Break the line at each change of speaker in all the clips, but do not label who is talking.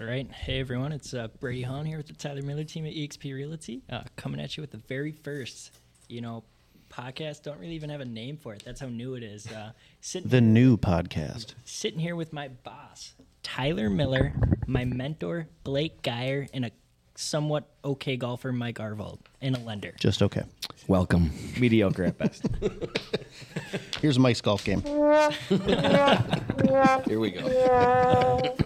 All right. Hey, everyone. It's uh, Brady Hahn here with the Tyler Miller team at eXp Realty, uh, coming at you with the very first, you know, podcast. Don't really even have a name for it. That's how new it is. Uh, sitting,
The new podcast.
sitting here with my boss, Tyler Miller, my mentor, Blake Geyer, and a somewhat okay golfer, Mike Arvold, and a lender.
Just okay.
Welcome.
Mediocre at best.
Here's Mike's golf game.
Here we go.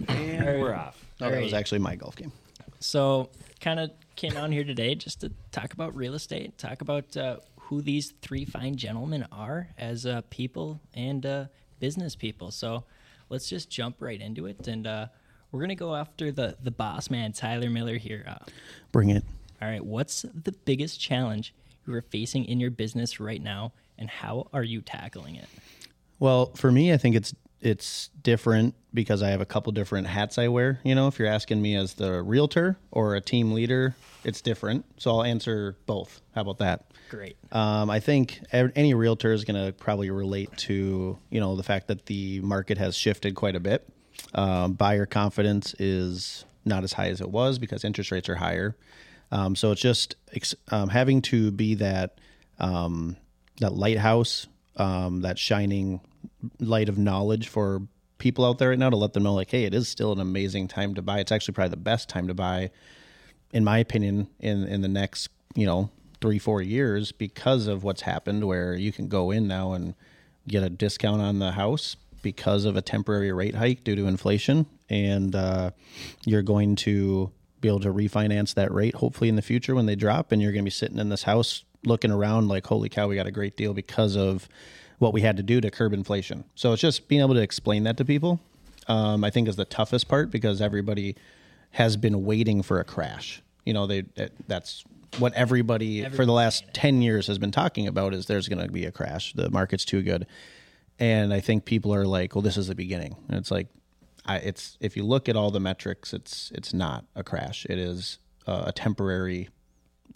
and we're off.
No, Oh, that was
Alright.
actually my golf game.
So, kind of came down here today just to talk about real estate, talk about uh, who these three fine gentlemen are as uh, people and uh, business people. So, let's just jump right into it, and uh, we're gonna go after the the boss man, Tyler Miller here. Uh,
Bring it.
all right, what's the biggest challenge you are facing in your business right now, and how are you tackling it?
Well, for me, I think it's it's different because I have a couple different hats I wear. You know, if you're asking me as the realtor or a team leader, it's different. So I'll answer both. How about that?
Great.
Um, I think ev- any realtor is going to probably relate to you know the fact that the market has shifted quite a bit. Um, buyer confidence is not as high as it was because interest rates are higher. Um, so it's just ex- um, having to be that um, that lighthouse, um, that shining light of knowledge for people out there right now to let them know like, hey, it is still an amazing time to buy. It's actually probably the best time to buy in my opinion, in in the next you know three four years because of what's happened, where you can go in now and get a discount on the house because of a temporary rate hike due to inflation, and uh, you're going to be able to refinance that rate hopefully in the future when they drop, and you're going to be sitting in this house looking around like, holy cow, we got a great deal because of what we had to do to curb inflation. So it's just being able to explain that to people. Um, I think is the toughest part because everybody has been waiting for a crash. You know, they that, that's what everybody, for the last 10 years has been talking about is there's going to be a crash. The market's too good. And I think people are like, well, this is the beginning. And it's like, I, it's if you look at all the metrics, it's it's not a crash. It is uh, a temporary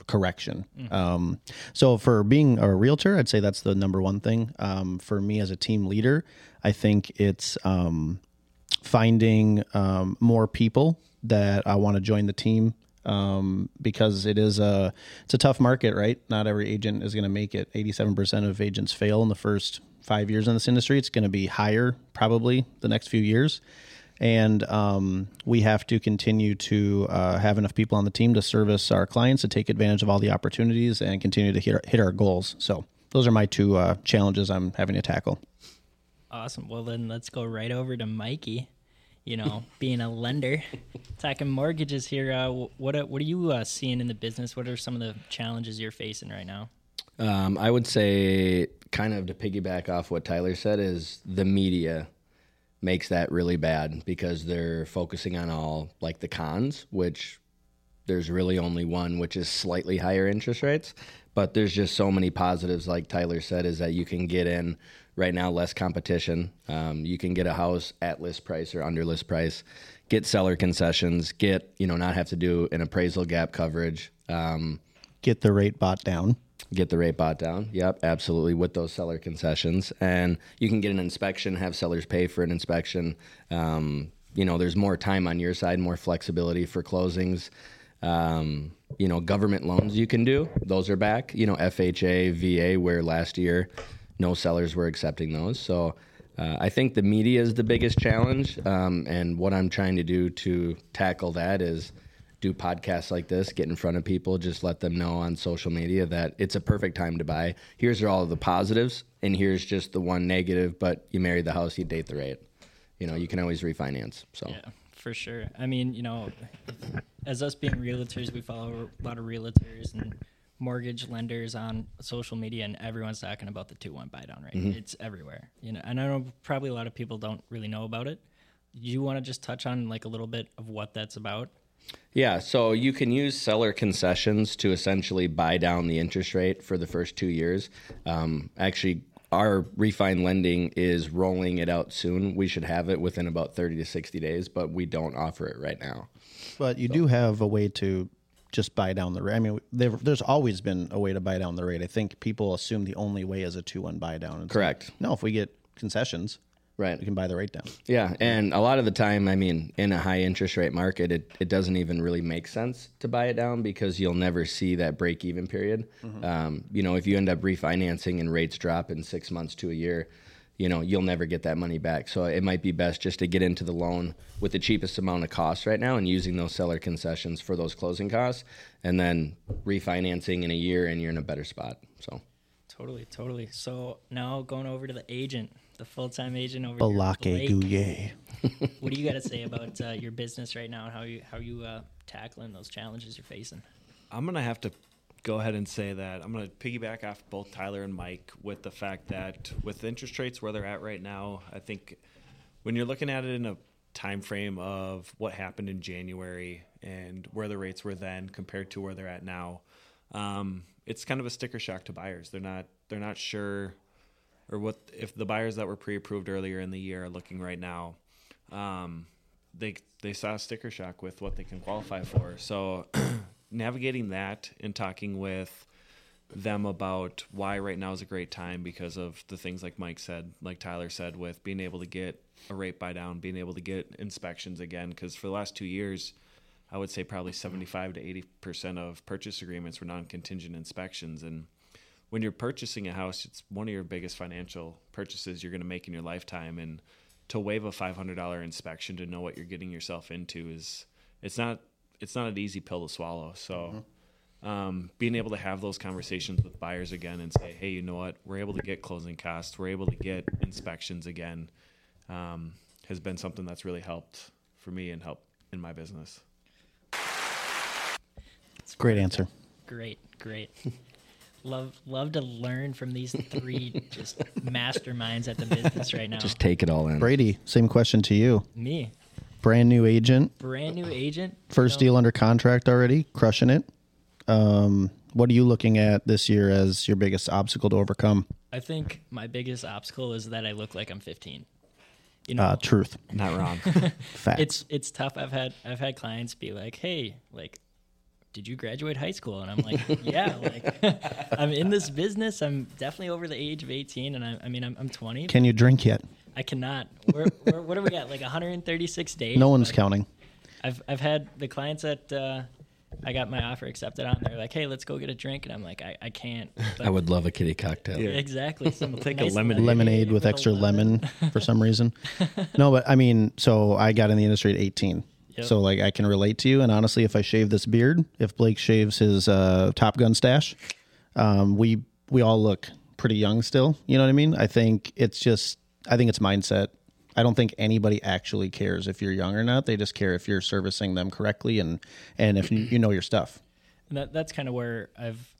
correction. Um, so for being a realtor, I'd say that's the number one thing. Um, for me as a team leader, I think it's um, finding um, more people that I want to join the team um, because it is a it's a tough market, right? Not every agent is going to make it. Eighty seven percent of agents fail in the first five years in this industry. It's going to be higher probably the next few years. And um, we have to continue to uh, have enough people on the team to service our clients, to take advantage of all the opportunities, and continue to hit our, hit our goals. So, those are my two uh, challenges I'm having to tackle.
Awesome. Well, then let's go right over to Mikey. You know, being a lender, talking mortgages here. Uh, wh- what are- what are you uh, seeing in the business? What are some of the challenges you're facing right now?
Um, I would say, kind of to piggyback off what Tyler said, is the media makes that really bad because they're focusing on all like the cons, which there's really only one, which is slightly higher interest rates. But there's just so many positives, like Tyler said, is that you can get in right now, less competition. Um, you can get a house at list price or under list price, get seller concessions, get, you know, not have to do an appraisal gap coverage. Um,
Get the rate bought down.
get the rate bought down. Yep, absolutely with those seller concessions, and you can get an inspection, have sellers pay for an inspection. Um, you know, there's more time on your side, more flexibility for closings. Um, you know, government loans you can do; those are back. You know, FHA, VA, where last year no sellers were accepting those. So. Uh, I think the media is the biggest challenge, um, and what I'm trying to do to tackle that is do podcasts like this, get in front of people, just let them know on social media that it's a perfect time to buy. Here's all the positives, and here's just the one negative. But you marry the house, you date the rate. You know, you can always refinance. So
Yeah, for sure. I mean, you know, as us being realtors, we follow a lot of realtors and mortgage lenders on social media, and everyone's talking about the two one buy down. Right, it's everywhere. You know, and I know probably a lot of people don't really know about it. You want to just touch on like a little bit of what that's about?
Yeah, so you can use seller concessions to essentially buy down the interest rate for the first two years. Um, actually, our refine lending is rolling it out soon. We should have it within about 30 to 60 days, but we don't offer it right now.
But you do have a way to just buy down the rate. I mean, there- there's always been a way to buy down the rate. I think people assume the only way is a two-one buy down. It's like,
Correct.
no, if we get concessions,
Right.
You can buy the rate down.
Yeah, and a lot of the time, I mean, in a high interest rate market, it, it doesn't even really make sense to buy it down because you'll never see that break even period. Um, you know, if you end up refinancing and rates drop in six months to a year, you know, you'll never get that money back. So it might be best just to get into the loan with the cheapest amount of cost right now and using those seller concessions for those closing costs and then refinancing in a year and you're in a better spot. So,
Totally, totally. So now going over to the agent, the full time agent over here,
Balake
Blake.
Gouye.
What do you got to say about uh, your business right now and how you how you uh, tackling those challenges you're facing?
I'm gonna have to go ahead and say that I'm gonna piggyback off both Tyler and Mike with the fact that with interest rates where they're at right now, I think when you're looking at it in a time frame of what happened in January and where the rates were then compared to where they're at now, um, it's kind of a sticker shock to buyers. They're not they're not sure or what if the buyers that were pre-approved earlier in the year are looking right now um, they they saw sticker shock with what they can qualify for so navigating that and talking with them about why right now is a great time because of the things like Mike said, like Tyler said, with being able to get a rate buy down, being able to get inspections again. Because for the last two years, I would say probably 75 to 80% of purchase agreements were non contingent inspections. And when you're purchasing a house, it's one of your biggest financial purchases you're going to make in your lifetime. And to waive a $500 inspection to know what you're getting yourself into is, it's not, it's not an easy pill to swallow. So, um, being able to have those conversations with buyers again and say, hey, you know what, we're able to get closing costs, we're able to get inspections again, um, has been something that's really helped for me and helped in my business.
Great answer.
Great, great. love love to learn from these three just masterminds at the business right now.
just take it all in.
Brady, same question to you.
Me,
Brand new agent,
brand new agent. you
first
know,
deal under contract already, crushing it. Um, what are you looking at this year as your biggest obstacle to overcome?
I think my biggest obstacle is that I look like I'm 15. You know,
Uh, truth,
Not wrong.
facts.
it's it's tough. I've had I've had clients be like, "Hey, like, did you graduate high school?" And I'm like, "Yeah, like, I'm in this business. I'm definitely over the age of 18, and I, I mean, I'm, I'm 20.
Can you drink yet?
I cannot. We're, we're, what do we got? Like 136 days.
No one's
Like,
counting.
I've I've had the clients that uh, I got my offer accepted on. They're like, "Hey, let's go get a drink," and I'm like, "I, I can't." But
I would love a kitty cocktail.
exactly. Some
take a lemon-
lemonade with
a
extra
lemon.
lemon for some reason. no, but I mean, so I got in the industry at 18.
Yep.
So like I can relate to you, and honestly, if I shave this beard, if Blake shaves his uh, Top Gun stash, um, we we all look pretty young still. You know what I mean? I think it's just I think it's mindset. I don't think anybody actually cares if you're young or not. They just care if you're servicing them correctly and and if you, you know your stuff.
And that, that's kind of where I've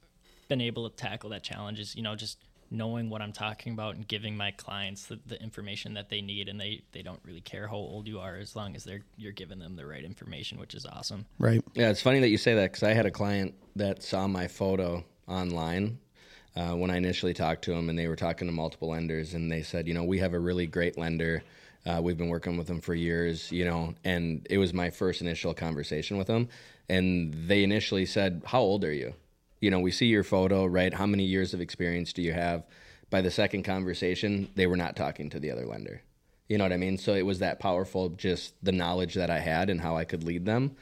been able to tackle that challenge is, you know, just knowing what I'm talking about and giving my clients the, the information that they need. And they, they don't really care how old you are as long as they're, you're giving them the right information, which is awesome.
Right.
Yeah, it's funny that you say that because I had a client that saw my photo online uh, when I initially talked to him, and they were talking to multiple lenders, and they said, you know, we have a really great lender. Uh, we've been working with them for years, you know, and it was my first initial conversation with them. And they initially said, How old are you? You know, we see your photo, right? How many years of experience do you have? By the second conversation, they were not talking to the other lender. You know what I mean? So it was that powerful, just the knowledge that I had and how I could lead them.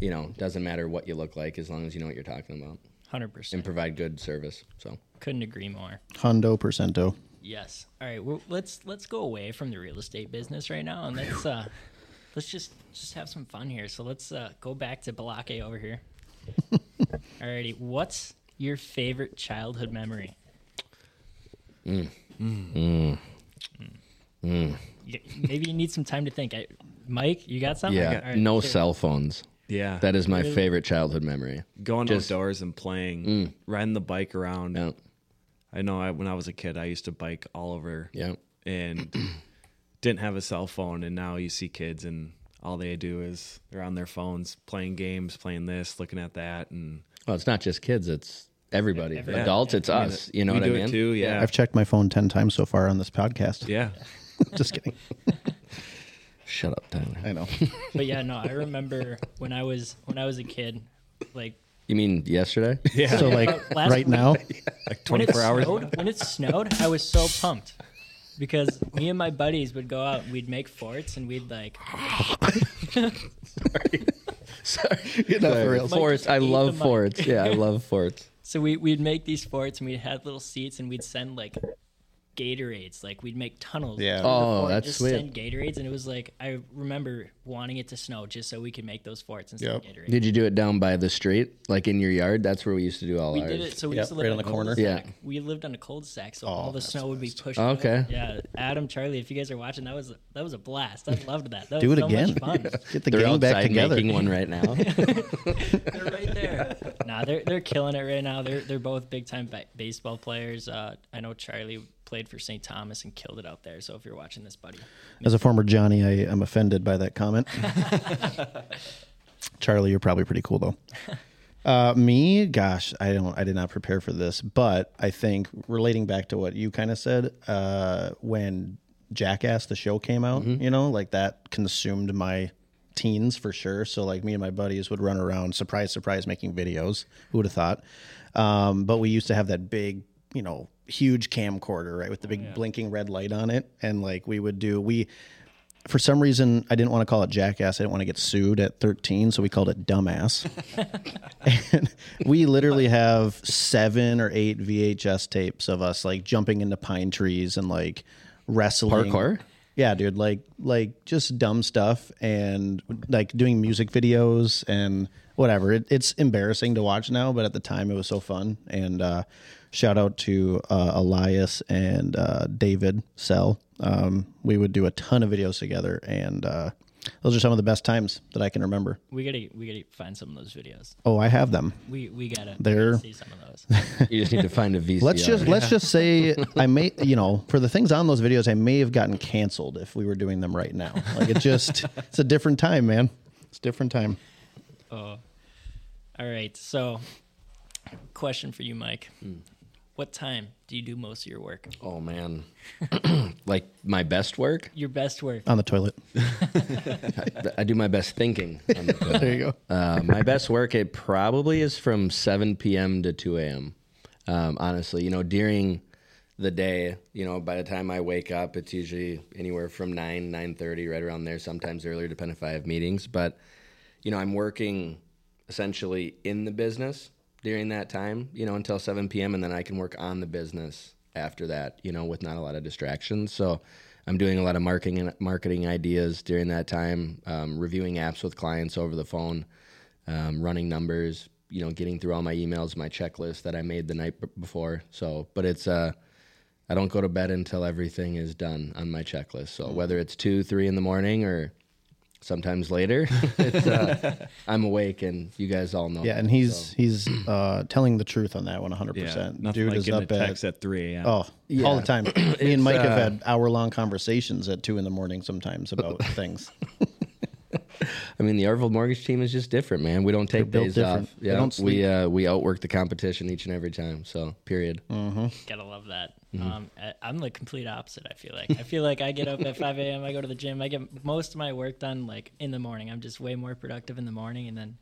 You know, doesn't matter what you look like as long as you know what you're talking about
100%.
and provide good service. So
Couldn't agree more.
Hundo percento.
Yes. All right. Well, let's, let's go away from the real estate business right now. And let's, uh, let's just, just have some fun here. So let's, uh, go back to Balake over here. Alrighty. What's your favorite childhood memory?
Mm.
Mm. Y- Maybe you need some time to think. I, Mike, you got something?
yeah,
All right,
no
sure.
cell phones.
yeah.
That is my favorite childhood memory.
Going outdoors and playing, riding the bike around.
Mm. Yeah,
I know I, when I was a kid, I used to bike all over
yeah,
and didn't have a cell phone. And now you see kids, and all they do is they're on their phones playing games, playing this, looking at that. And
Well, it's not just kids; it's everybody.
Everybody.
Adults, it's us. You know
we
what
do
I mean?
it too. Yeah.
I've checked my phone ten times so far on this podcast.
yeah.
just kidding.
Shut up, Tyler.
I know.
But yeah, no. I remember when I was when I was a kid, like
You mean yesterday?
Yeah.
So like
last
right
week-
now,
like
when it
24 hours.
snowed. When it snowed, I was so pumped. because me and my buddies would go out, we'd make forts, and we'd like
Sorry, enough for real.
Mike
Forts.
just
I
ate the
love
mic.
forts. Yeah, I love forts.
So we we'd make these forts and we'd have little seats and we'd send like Gatorades, like we'd make tunnels.
Yeah.
through the
Oh,
fort,
that's
just
sweet.
Send Gatorades, and it was like I remember wanting it to snow just so we could make those forts and send
Yep.
Gatorades.
Did you do it down by the street, like in your yard? That's where we used to do all
we
ours.
did it, so we
Yep,
used to live
right
on
on
a
the corner. Oh,
cul-de-sac.
Yeah.
We lived on a cul-de-sac, so all the
that's
snow would be pushed.
Okay.
up. Yeah, Adam, Charlie, if you guys are watching, that was that was a blast. I loved that. that
Do
was
it
so
again.
Much fun.
Get the
They're
gang back
outside
together.
making one right now.
They're right there. nah, they're they're killing it right now. They're they're both big time ba- baseball players. Uh, I know Charlie played for St. Thomas and killed it out there. So if you're watching this, buddy,
As a former Johnny, I am offended by that comment. Charlie, you're probably pretty cool though. Uh, me, gosh, I don't, I did not prepare for this, but I think relating back to what you kind of said, uh, when Jackass the show came out, you know, like that consumed my teens for sure. So like me and my buddies would run around, surprise, surprise, making videos. Who would have thought? Um, but we used to have that big, you know, huge camcorder, right, with the big blinking red light on it, and like we would do we for some reason I didn't want to call it jackass. I didn't want to get sued at 13, so we called it dumbass. and we literally have seven or eight VHS tapes of us like jumping into pine trees and like wrestling
Parkour?
Yeah, dude, like like just dumb stuff and like doing music videos and whatever. It, it's embarrassing to watch now, but at the time it was so fun. And uh, shout out to uh, Elias and uh, David Sell. Um, we would do a ton of videos together, and uh, those are some of the best times that I can remember.
we gotta we gotta find some of those videos.
Oh, I have them.
We we gotta
They're-
see some of those.
you just need to find a VCR.
Let's just let's just say I may you know for the things on those videos I may have gotten canceled if we were doing them right now. Like it just it's a different time, man. It's a different time.
oh, all right. So, question for you, Mike. What time do you do most of your work?
Oh man, like my best work.
Your best work.
On the toilet.
I do my best thinking. on the phone.
There you go.
uh, my best work it probably is from 7 p.m. to 2 a.m. Um, honestly, you know, during the day, you know, by the time I wake up, it's usually anywhere from 9, 9.30, right around there, sometimes earlier, depending if I have meetings. But, you know, I'm working essentially in the business during that time, you know, until 7 p.m. And then I can work on the business after that, you know, with not a lot of distractions. So I'm doing a lot of marketing marketing ideas during that time, um, reviewing apps with clients over the phone, um, running numbers, you know, getting through all my emails, my checklist that I made the night b- before. So, but it's uh, I don't go to bed until everything is done on my checklist. So
Mm.
whether it's two, three in the morning, or sometimes later, it's, uh, I'm awake, and you guys all know.
Yeah,
that.
and he's he's uh, telling the truth on that one, 100.
Yeah,
percent
nothing
Dude
like
is
getting a
up at,
text at 3 a.m.
oh
Yeah.
all the time. Me and Mike
uh,
have had hour long conversations at two in the morning sometimes about things.
I mean, the Arville Mortgage team is just different, man. We don't take
They're built
days
different.
off.
They
Yeah,
don't
we uh, we outwork the competition each and every time. So, period.
Mm.
Gotta love that.
Mm-hmm.
Um, I, I'm the complete opposite. I feel like I feel like I get up at 5 a.m. I go to the gym. I get most of my work done like in the morning. I'm just way more productive in the morning, and then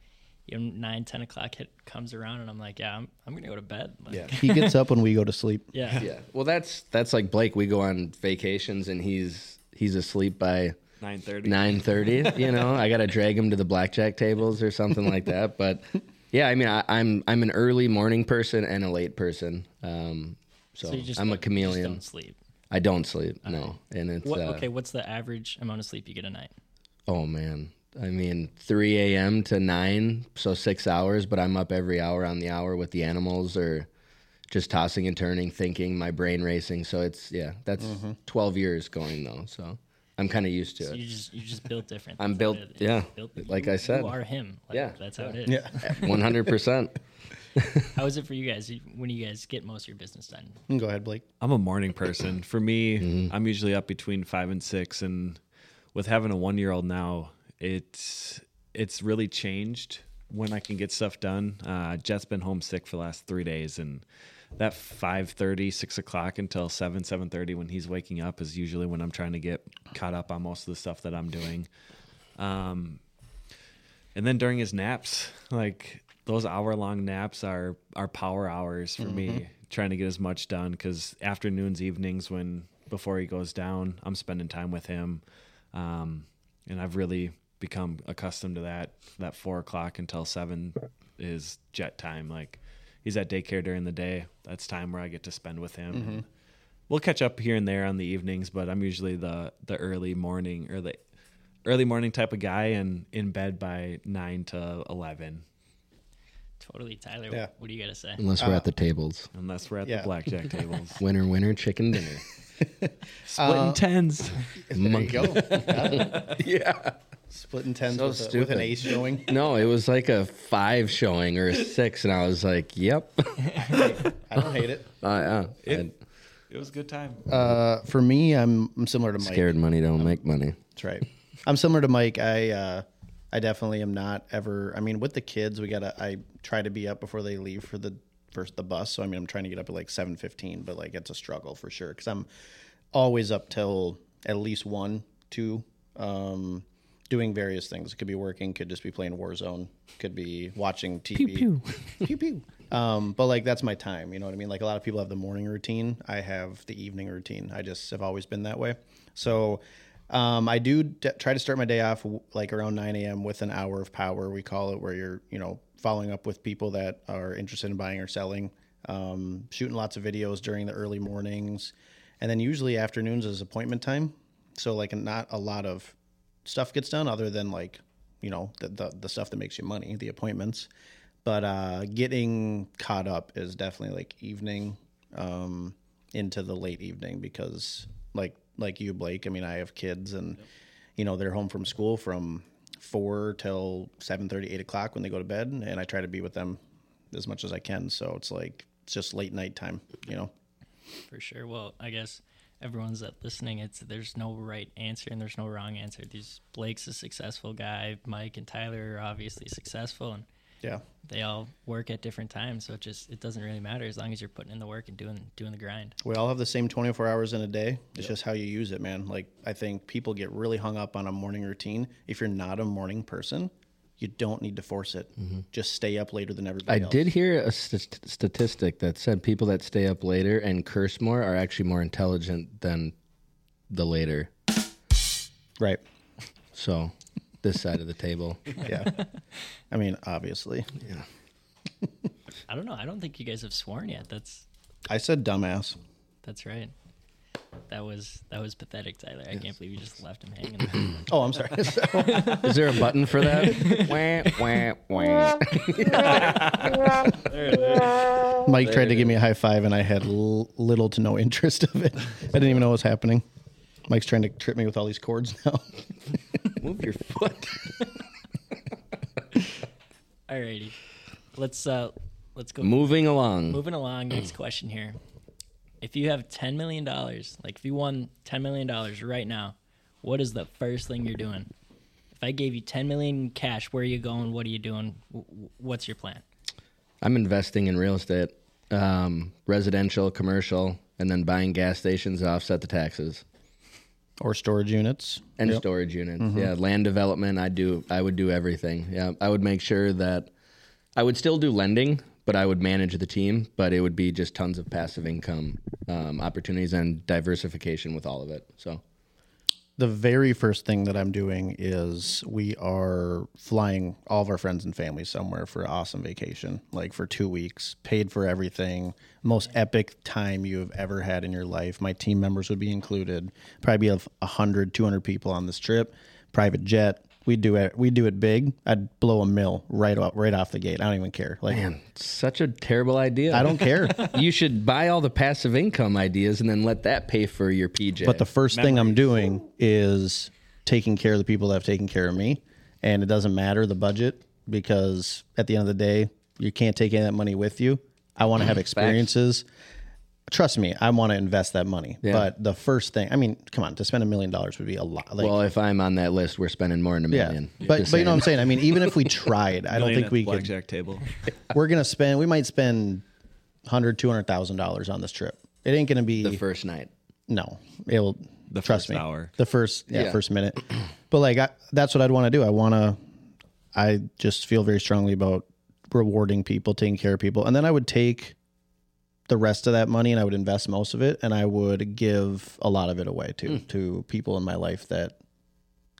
you know, nine, ten o'clock hit, comes around, and I'm like, yeah, I'm, I'm gonna go to bed. Like, yeah,
he gets up when we go to sleep.
yeah,
Yeah. Well, that's that's like Blake. We go on vacations, and he's he's asleep by
9:30.
nine thirty. You know, I gotta drag him to the blackjack tables or something like that. But yeah, I mean, I, I'm I'm an early morning person and a late person. Um, so,
So you just
I'm
don't- you
a
just
chameleon.
don't sleep.
I don't sleep. No, and it's
What,
uh,
okay, what's the average amount of sleep you get a night?
Oh man. I mean, 3 a.m. to 9, so six hours, but I'm up every hour on the hour with the animals or just tossing and turning, thinking, my brain racing. So it's, yeah, that's 12 years going though. So I'm kind of used to
Mm-hmm. So
it.
you just you just built different.
I'm
That's
built-
it.
yeah, like I said.
you are him. Like,
Yeah,
that's how it is.
100%.
How is it for you guys? You- When do you guys get most of your business done?
Go ahead, Blake.
I'm a morning person. For me,
Mm-hmm.
I'm usually up between five and six, and with having a one year old now, it's it's really changed when I can get stuff done. Uh, Jet's been homesick for the last three days, and that 5.30 6 o'clock until 7 7.30 when he's waking up is usually when i'm trying to get caught up on most of the stuff that i'm doing um, and then during his naps, like those hour long naps are are power hours for me, trying to get as much done because afternoons, evenings when before he goes down. I'm spending time with him, um, and I've really become accustomed to that. That four o'clock until seven is jet time. Like he's at daycare during the day. That's time where I get to spend with him. And we'll catch up here and there on the evenings, but I'm usually the the early morning or the early morning type of guy and in bed by nine to eleven.
Totally, Tyler.
Yeah.
What do you gotta say?
Unless we're at the tables.
Unless we're at
Yeah.
the blackjack tables.
Winner, winner, chicken dinner.
Uh,
Splitting tens.
Monkey.
Go.
yeah.
Splitting tens
So
with, a, with an
stupid.
ace showing.
No, it was like a five showing or a six, and I was like, "Yep."
I don't hate it.
Uh, uh,
It, it was a good time.
Uh, for me, I'm, I'm similar to Mike.
scared money don't make money.
That's right. I'm similar to Mike. I uh, I definitely am not ever. I mean, with the kids, we gotta. I try to be up before they leave for the first the bus. So I mean, I'm trying to get up at like seven fifteen, but like it's a struggle for sure because I'm always up till at least one, two, um, doing various things. It could be working, could just be playing Warzone, could be watching TV.
pew.
pew pew. Um, but like that's my time. You know what I mean? Like a lot of people have the morning routine. I have the evening routine. I just have always been that way. So um, I do d- try to start my day off w- like around 9 a.m. with an hour of power. We call it where you're, you know, following up with people that are interested in buying or selling, um, shooting lots of videos during the early mornings, and then usually afternoons is appointment time. So like not a lot of stuff gets done other than like you know the, the the stuff that makes you money the appointments but uh getting caught up is definitely like evening um into the late evening because like like you blake i mean i have kids and you know they're home from school from four till seven thirty, eight o'clock when they go to bed and i try to be with them as much as i can so it's like it's just late night time you know
For sure. Well, I guess everyone's that listening, it's there's no right answer and there's no wrong answer. These Blake's a successful guy. Mike and Tyler are obviously successful, and
yeah
they all work at different times. So it just it doesn't really matter as long as you're putting in the work and doing doing the grind.
We all have the same 24 hours in a day. It's just how you use it, man. Like, I think people get really hung up on a morning routine. If you're not a morning person, you don't need to force it. Just stay up later than
I
everybody else.
did hear a st- statistic that said people that stay up later and curse more are actually more intelligent than the later.
Right.
So, this side of the table.
Yeah. I mean, obviously.
I don't know. I don't think you guys have sworn yet. That's
I said dumbass.
that's right. That was that was pathetic, Tyler. I can't believe you just left him hanging.
Oh, I'm sorry.
Is there a button for that? wah, wah, wah.
Mike tried to give me a high five, and I had l- little to no interest of it. I didn't even know what was happening. Mike's trying to trip me with all these cords now.
Move your foot.
Alrighty, let's uh let's go.
Moving along.
Moving along, next question here. If you have $10 million, like if you won $10 million right now, what is the first thing you're doing? If I gave you 10 million cash, where are you going? What are you doing? W- w- What's your plan?
I'm investing in real estate, um, residential, commercial, and then buying gas stations to offset the taxes
or storage units.
and storage units.
Mm-hmm.
Yeah, land development. I do. I would do everything. Yeah, I would make sure that I would still do lending, but I would manage the team. But it would be just tons of passive income um, opportunities and diversification with all of it. So
the very first thing that I'm doing is we are flying all of our friends and family somewhere for an awesome vacation, like for two weeks, paid for everything, most epic time you have ever had in your life. My team members would be included, probably of 100, 200 people on this trip, private jet. We do it. We do it big. I'd blow a mill right off, right off the gate. I don't even care. Like
such a terrible idea.
I don't care.
you should buy all the passive income ideas and then let that pay for your PJ.
But the first thing I'm doing is taking care of the people that have taken care of me. And it doesn't matter the budget because at the end of the day, you can't take any of that money with you. I want to have experiences. Trust me, I want to invest that money. But the first thing, I mean, come on, to spend a million dollars would be a lot. Like,
well, if I'm on that list, we're spending more than a
yeah.
million.
But,
Just
but you know what I'm
saying.
saying? I mean, even if we tried, I don't
Playing at
think
the
we could
blackjack table.
we're gonna spend we might spend hundred, two hundred thousand dollars on this trip. It ain't gonna be
the first night.
No, it'll
The
trust
first
me.
hour.
The first yeah,
Yeah.
first minute. But like I, that's what I'd want to do. I want to. I just feel very strongly about rewarding people, taking care of people, and then I would take the rest of that money and I would invest most of it and I would give a lot of it away to to people in my life that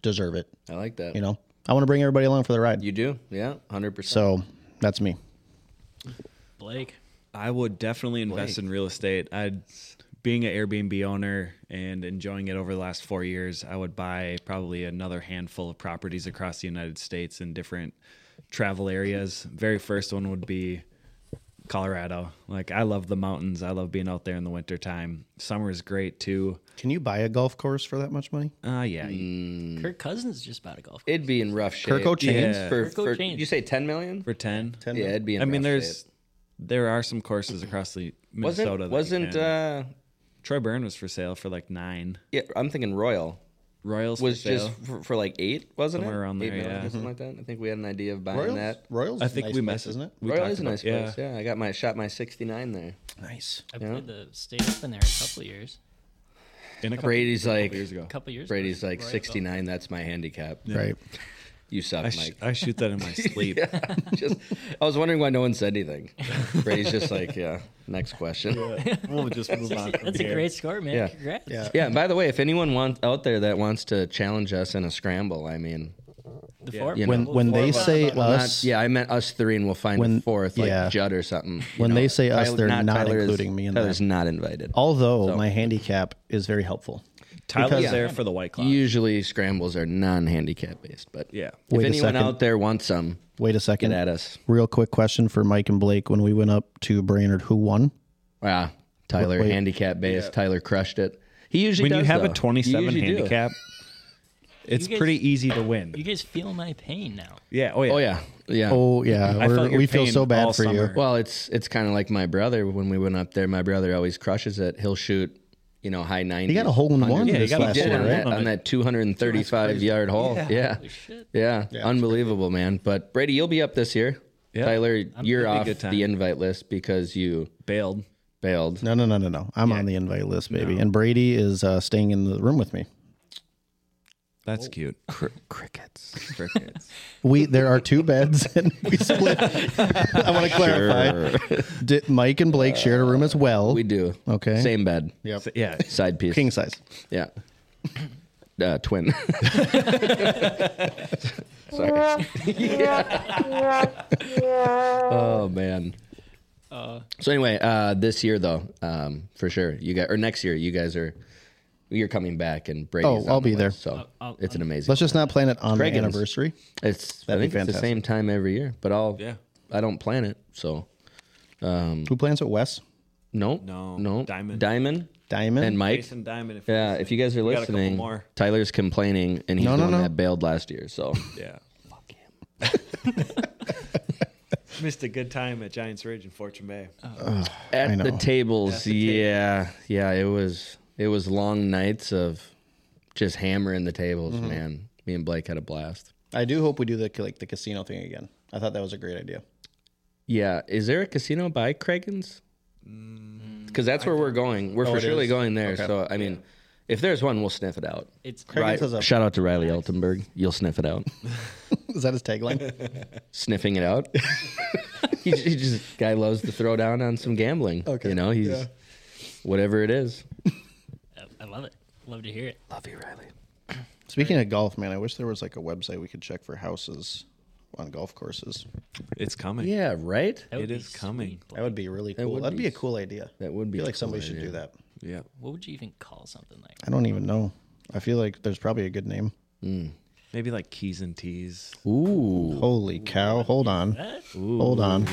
deserve it.
I like that.
You know, I want to bring everybody along for the ride.
You do? Yeah, 100%.
So that's me.
Blake.
I would definitely invest in real estate. I'd being an Airbnb owner and enjoying it over the last four years, I would buy probably another handful of properties across the United States in different travel areas. Very first one would be Colorado. Like I love the mountains. I love being out there in the wintertime. Summer is great too.
Can you buy a golf course for that much money?
Uh yeah.
Mm. Hmm.
Kirk Cousins just bought a golf.
It'd be in rough shape.
Kirk O'Chains?
Yeah.
For,
Kirk
for,
O'Chains.
you say 10 million?
For ten.
yeah, it'd be in
I
rough
mean there's
shape.
there are some courses across the
Wasn't,
Minnesota
wasn't
that you can.
uh,
Troy Byrne was for sale for like nine.
yeah, I'm thinking Royal.
Royals for
was
sale.
just for, for like eight, wasn't it?
Somewhere around
Eight
there,
million
yeah.
or something like that. I think we had an idea of buying
Royals,
that.
Royals.
I
is a
think
nice
we
place,
messed-
isn't it?
we
Royal
talked
is a nice
about-
place. Yeah. I got my shot my 69 there.
Nice.
I played the state up in there a couple years.
In a couple,
Brady's
couple
like
years ago.
A couple years. ago.
Brady's like
Royal.
69. That's my handicap.
Right.
You suck,
I,
Mike.
sh- I shoot that in my sleep.
just, I was wondering why no one said anything. Brady's just like, yeah. Next question. Yeah.
We'll just move on.
That's a great score, man.
Yeah.
Congrats.
Yeah.
and by the way, if anyone wants out there that wants to challenge us in a scramble, I mean,
The four.
You know,
When when they say
not-
us,
yeah, I meant us three, and we'll find
When-
a fourth, like
yeah.
Judd or something. you
When
know.
they say us, they're not
Tyler is-
including me in
Tyler's
that.
not invited.
although my handicap is very helpful.
Tyler's
Because-
there for the white claw.
Usually scrambles are non-handicap based, but
Yeah.
if
Wait a
anyone
second.
out there wants some,
Wait a second.
get at us.
Real quick question for Mike and Blake. When we went up to Brainerd, who won?
Wow, Tyler
Wait.
handicap based. Tyler crushed it. He usually
when you
does,
have
though.
a 27
You usually do.
handicap, it's
You guys-
pretty easy to win.
You guys feel my pain now.
yeah. Oh yeah.
Oh yeah, yeah.
Oh yeah,
I
we're-
felt your
we feel
pain
so
all
bad for you.
summer.
Well, it's it's kind of like my brother when we went up there. My brother always crushes it. He'll shoot, you know, high 90s.
You got a hole in one
Yeah, you
this
got a
last
hole
did
year,
on,
in one.
right?
that, on that 235 yard hole. Yeah.
Holy
Yeah.
shit.
Unbelievable, man. But Brady, you'll be up this year.
Yeah.
Tyler, you're
it'll be a
off
good time.
the invite list because you
Bailed.
bailed.
No, no, no, no, no. I'm on the invite list, baby. And Brady is uh, staying in the room with me.
That's cute.
crickets.
Crickets.
We there are two beds and we split. I want to clarify. Did Mike and Blake shared a room as well?
We do.
Okay.
Same bed. Yeah.
Yep.
yeah.
Side piece.
King size.
Yeah. Uh, twin. Sorry. oh man. so anyway, uh, this year though, um, for sure, you guys or next year, you guys are you're coming back and Brady's.
Oh,
on
I'll
the
be there.
list, so
I'll-
it's an amazing.
Let's just not plan it on the
Craigens.
anniversary.
it's I
That'd be
think it's the
fantastic.
same time every year, but I'll
Yeah.
I don't plan it, so Mm.
Who plans it? Wes,
no,
No.
no,
Diamond.
Diamond,
Diamond,
and Mike.
Jason Diamond. If
Yeah, if you guys are
We got a couple
listening,
more.
Tyler's complaining, and he's
No, no,
the one
no.
that bailed last year. So
Yeah. Missed a good time at Giants Ridge in Fortune Bay.
at the
know.
tables, yeah, yeah, it was it was long nights of just hammering the tables,
Mm-hmm.
man. Me and Blake had a blast.
I do hope we do the like the casino thing again. I thought that was a great idea.
Yeah, is there a casino by Craigens?
Mm,
Because that's where we're going.
Oh,
We're for
it
surely
is?
going there. So I mean, if there's one, we'll sniff it out.
It's
Craigens has a-
Shout out to Riley Altenberg. You'll sniff it out.
is that his tagline?
Sniffing it out. he, j- he just guy loves to throw down on some gambling.
Okay,
you know he's
yeah.
whatever it is.
I love it. Love to hear it.
Love you, Riley.
Speaking of golf, man, I wish there was like a website we could check for houses on golf courses.
It's coming.
Yeah, right.
That would
It
be
is coming.
sweet.
That would be really cool.
would
That'd
be-
be, a cool idea.
that would
I
be
feel
a
like
cool
somebody should
idea.
do that.
Yeah.
What would you even call something like?
I don't even know. I feel like there's probably a good name.
Maybe like keys and teas.
Ooh.
Holy cow! Hold on,
that?
hold on.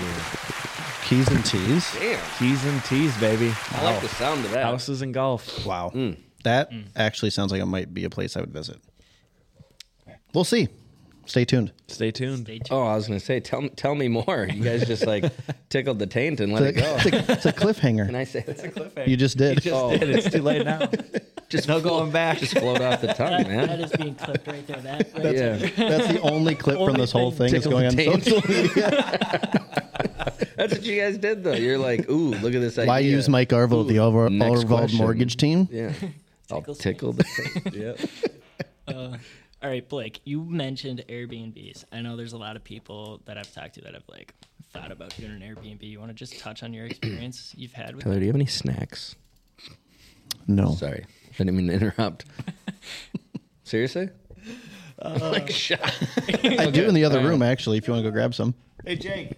Keys and teas.
Damn.
Keys and teas, baby.
I like the sound of that. Hmm.
Houses and golf.
Wow, that actually sounds like it might be a place I would visit. We'll see. Stay tuned.
Stay tuned.
Stay tuned.
Oh, I was gonna say, tell me, tell me more. You guys just like tickled the taint and let it go.
It's a, it's a
Can
cliffhanger.
I say that?
You just did.
Oh,
It's too late now.
just no going back. Just float off the tongue,
that
Oh.
man.
is being clipped right there. That right there.
Yeah,
That's the only clip from
Only
this whole
thing
thing that's
tickled
going on
the taint.
social media.
that's what you guys did, though. You're like, ooh, look at this idea.
Why use Mike Arvo of the Arvo-
next
Arvold
question.
Mortgage Team?
Yeah, I'll
Tickles me.
tickle the taint.
yeah.
All right, Blake, you mentioned Airbnbs. I know there's a lot of people that I've talked to that have like thought about doing an Airbnb. You want to just touch on your experience you've had with
Tyler, do you have any snacks?
No.
Sorry, I didn't mean to interrupt. Seriously? like shot.
I do in the other room actually. If you want to go grab some,
Hey, Jake.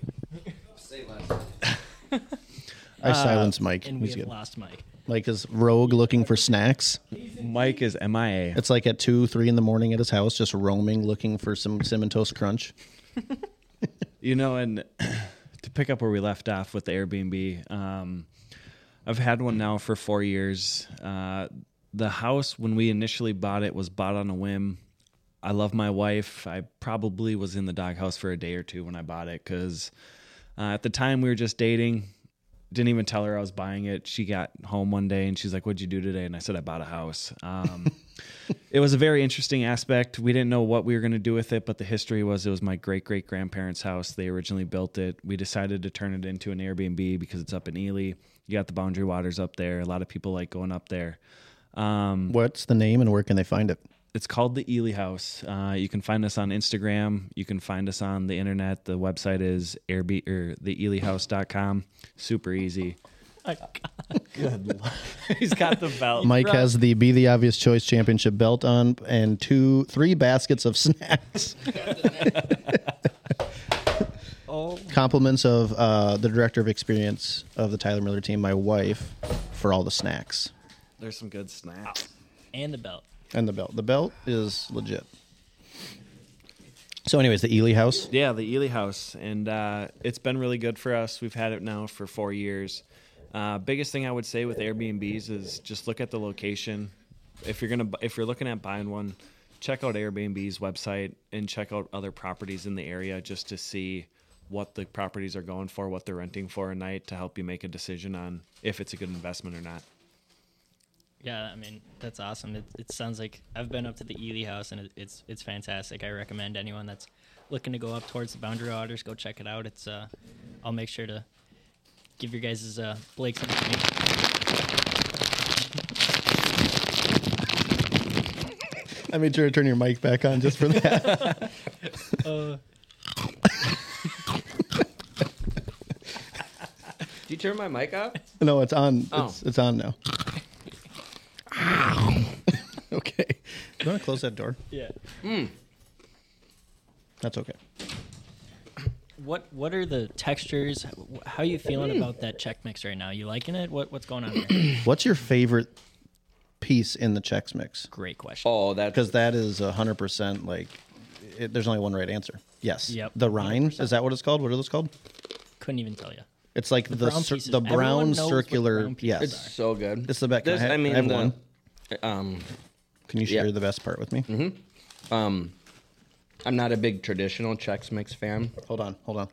I silenced Mike.
Uh, and we
He's
have
good.
lost Mike.
Mike is rogue looking for snacks.
Mike is MIA.
It's like at two, three in the morning at his house, just roaming looking for some cinnamon toast crunch.
You know, and to pick up where we left off with the Airbnb, um, I've had one now for four years. Uh, the house, when we initially bought it, was bought on a whim. I love my wife. I probably was in the doghouse for a day or two when I bought it because uh, at the time we were just dating. Didn't even tell her I was buying it. She got home one day and she's like, "What'd you do today?" And I said, "I bought a house." Um, it was a very interesting aspect. We didn't know what we were going to do with it, but the history was it was my great great grandparents' house. They originally built it. We decided to turn it into an Airbnb because it's up in Ely. You got the boundary waters up there. A lot of people like going up there.
Hmm.
Um,
What's the name and where can they find it?
it's called the Ely House. Uh, you can find us on Instagram. You can find us on the internet. The website is er, Airbnb or theelyhouse.com. Super easy.
Oh,
He's got the belt.
Mike has the Be the Obvious Choice Championship belt on and two, three baskets of snacks. Compliments of uh, the director of experience of the Tyler Miller team, my wife, for all the snacks
There's some good snaps.
And the belt.
and the belt. The belt is legit. So, anyways, the Ely House.
Yeah, the Ely House, and uh, it's been really good for us. We've had it now for four years. Uh, biggest thing I would say with Airbnbs is just look at the location. If you're gonna, bu- if you're looking at buying one, check out Airbnb's website and check out other properties in the area just to see what the properties are going for, what they're renting for a night, to help you make a decision on if it's a good investment or not.
Yeah, I mean that's awesome. It, it sounds like I've been up to the Ely House and it, it's it's fantastic. I recommend anyone that's looking to go up towards the Boundary Waters go check it out. It's uh, I'll make sure to give your guys' uh Blake's information.
I made sure to turn your mic back on just for that.
Did you turn my mic off?
no, it's on.
Oh.
It's, it's on now. okay. You want to close that door?
Yeah.
That's okay.
What what are the textures? Wh- How you feeling about that check mix right now? You liking it? What what's going on? There?
What's your favorite piece in the Chex Mix?
Great question.
Oh, that's
Because that is hundred percent like it, there's only one right answer. Yes.
Yep.
The Rhine is that what it's called? What are those called?
Couldn't even tell you.
It's like the
brown
cir-
pieces.
the
Everyone
brown
knows what the
circular.
brown pieces
yes.
are.
so good.
It's the back.
This-
I, ha-
I mean,
I have
the-
one.
Um,
Can you share
yeah.
the best part with me?
I'm not a big traditional Chex Mix fan.
Hold on. Hold on.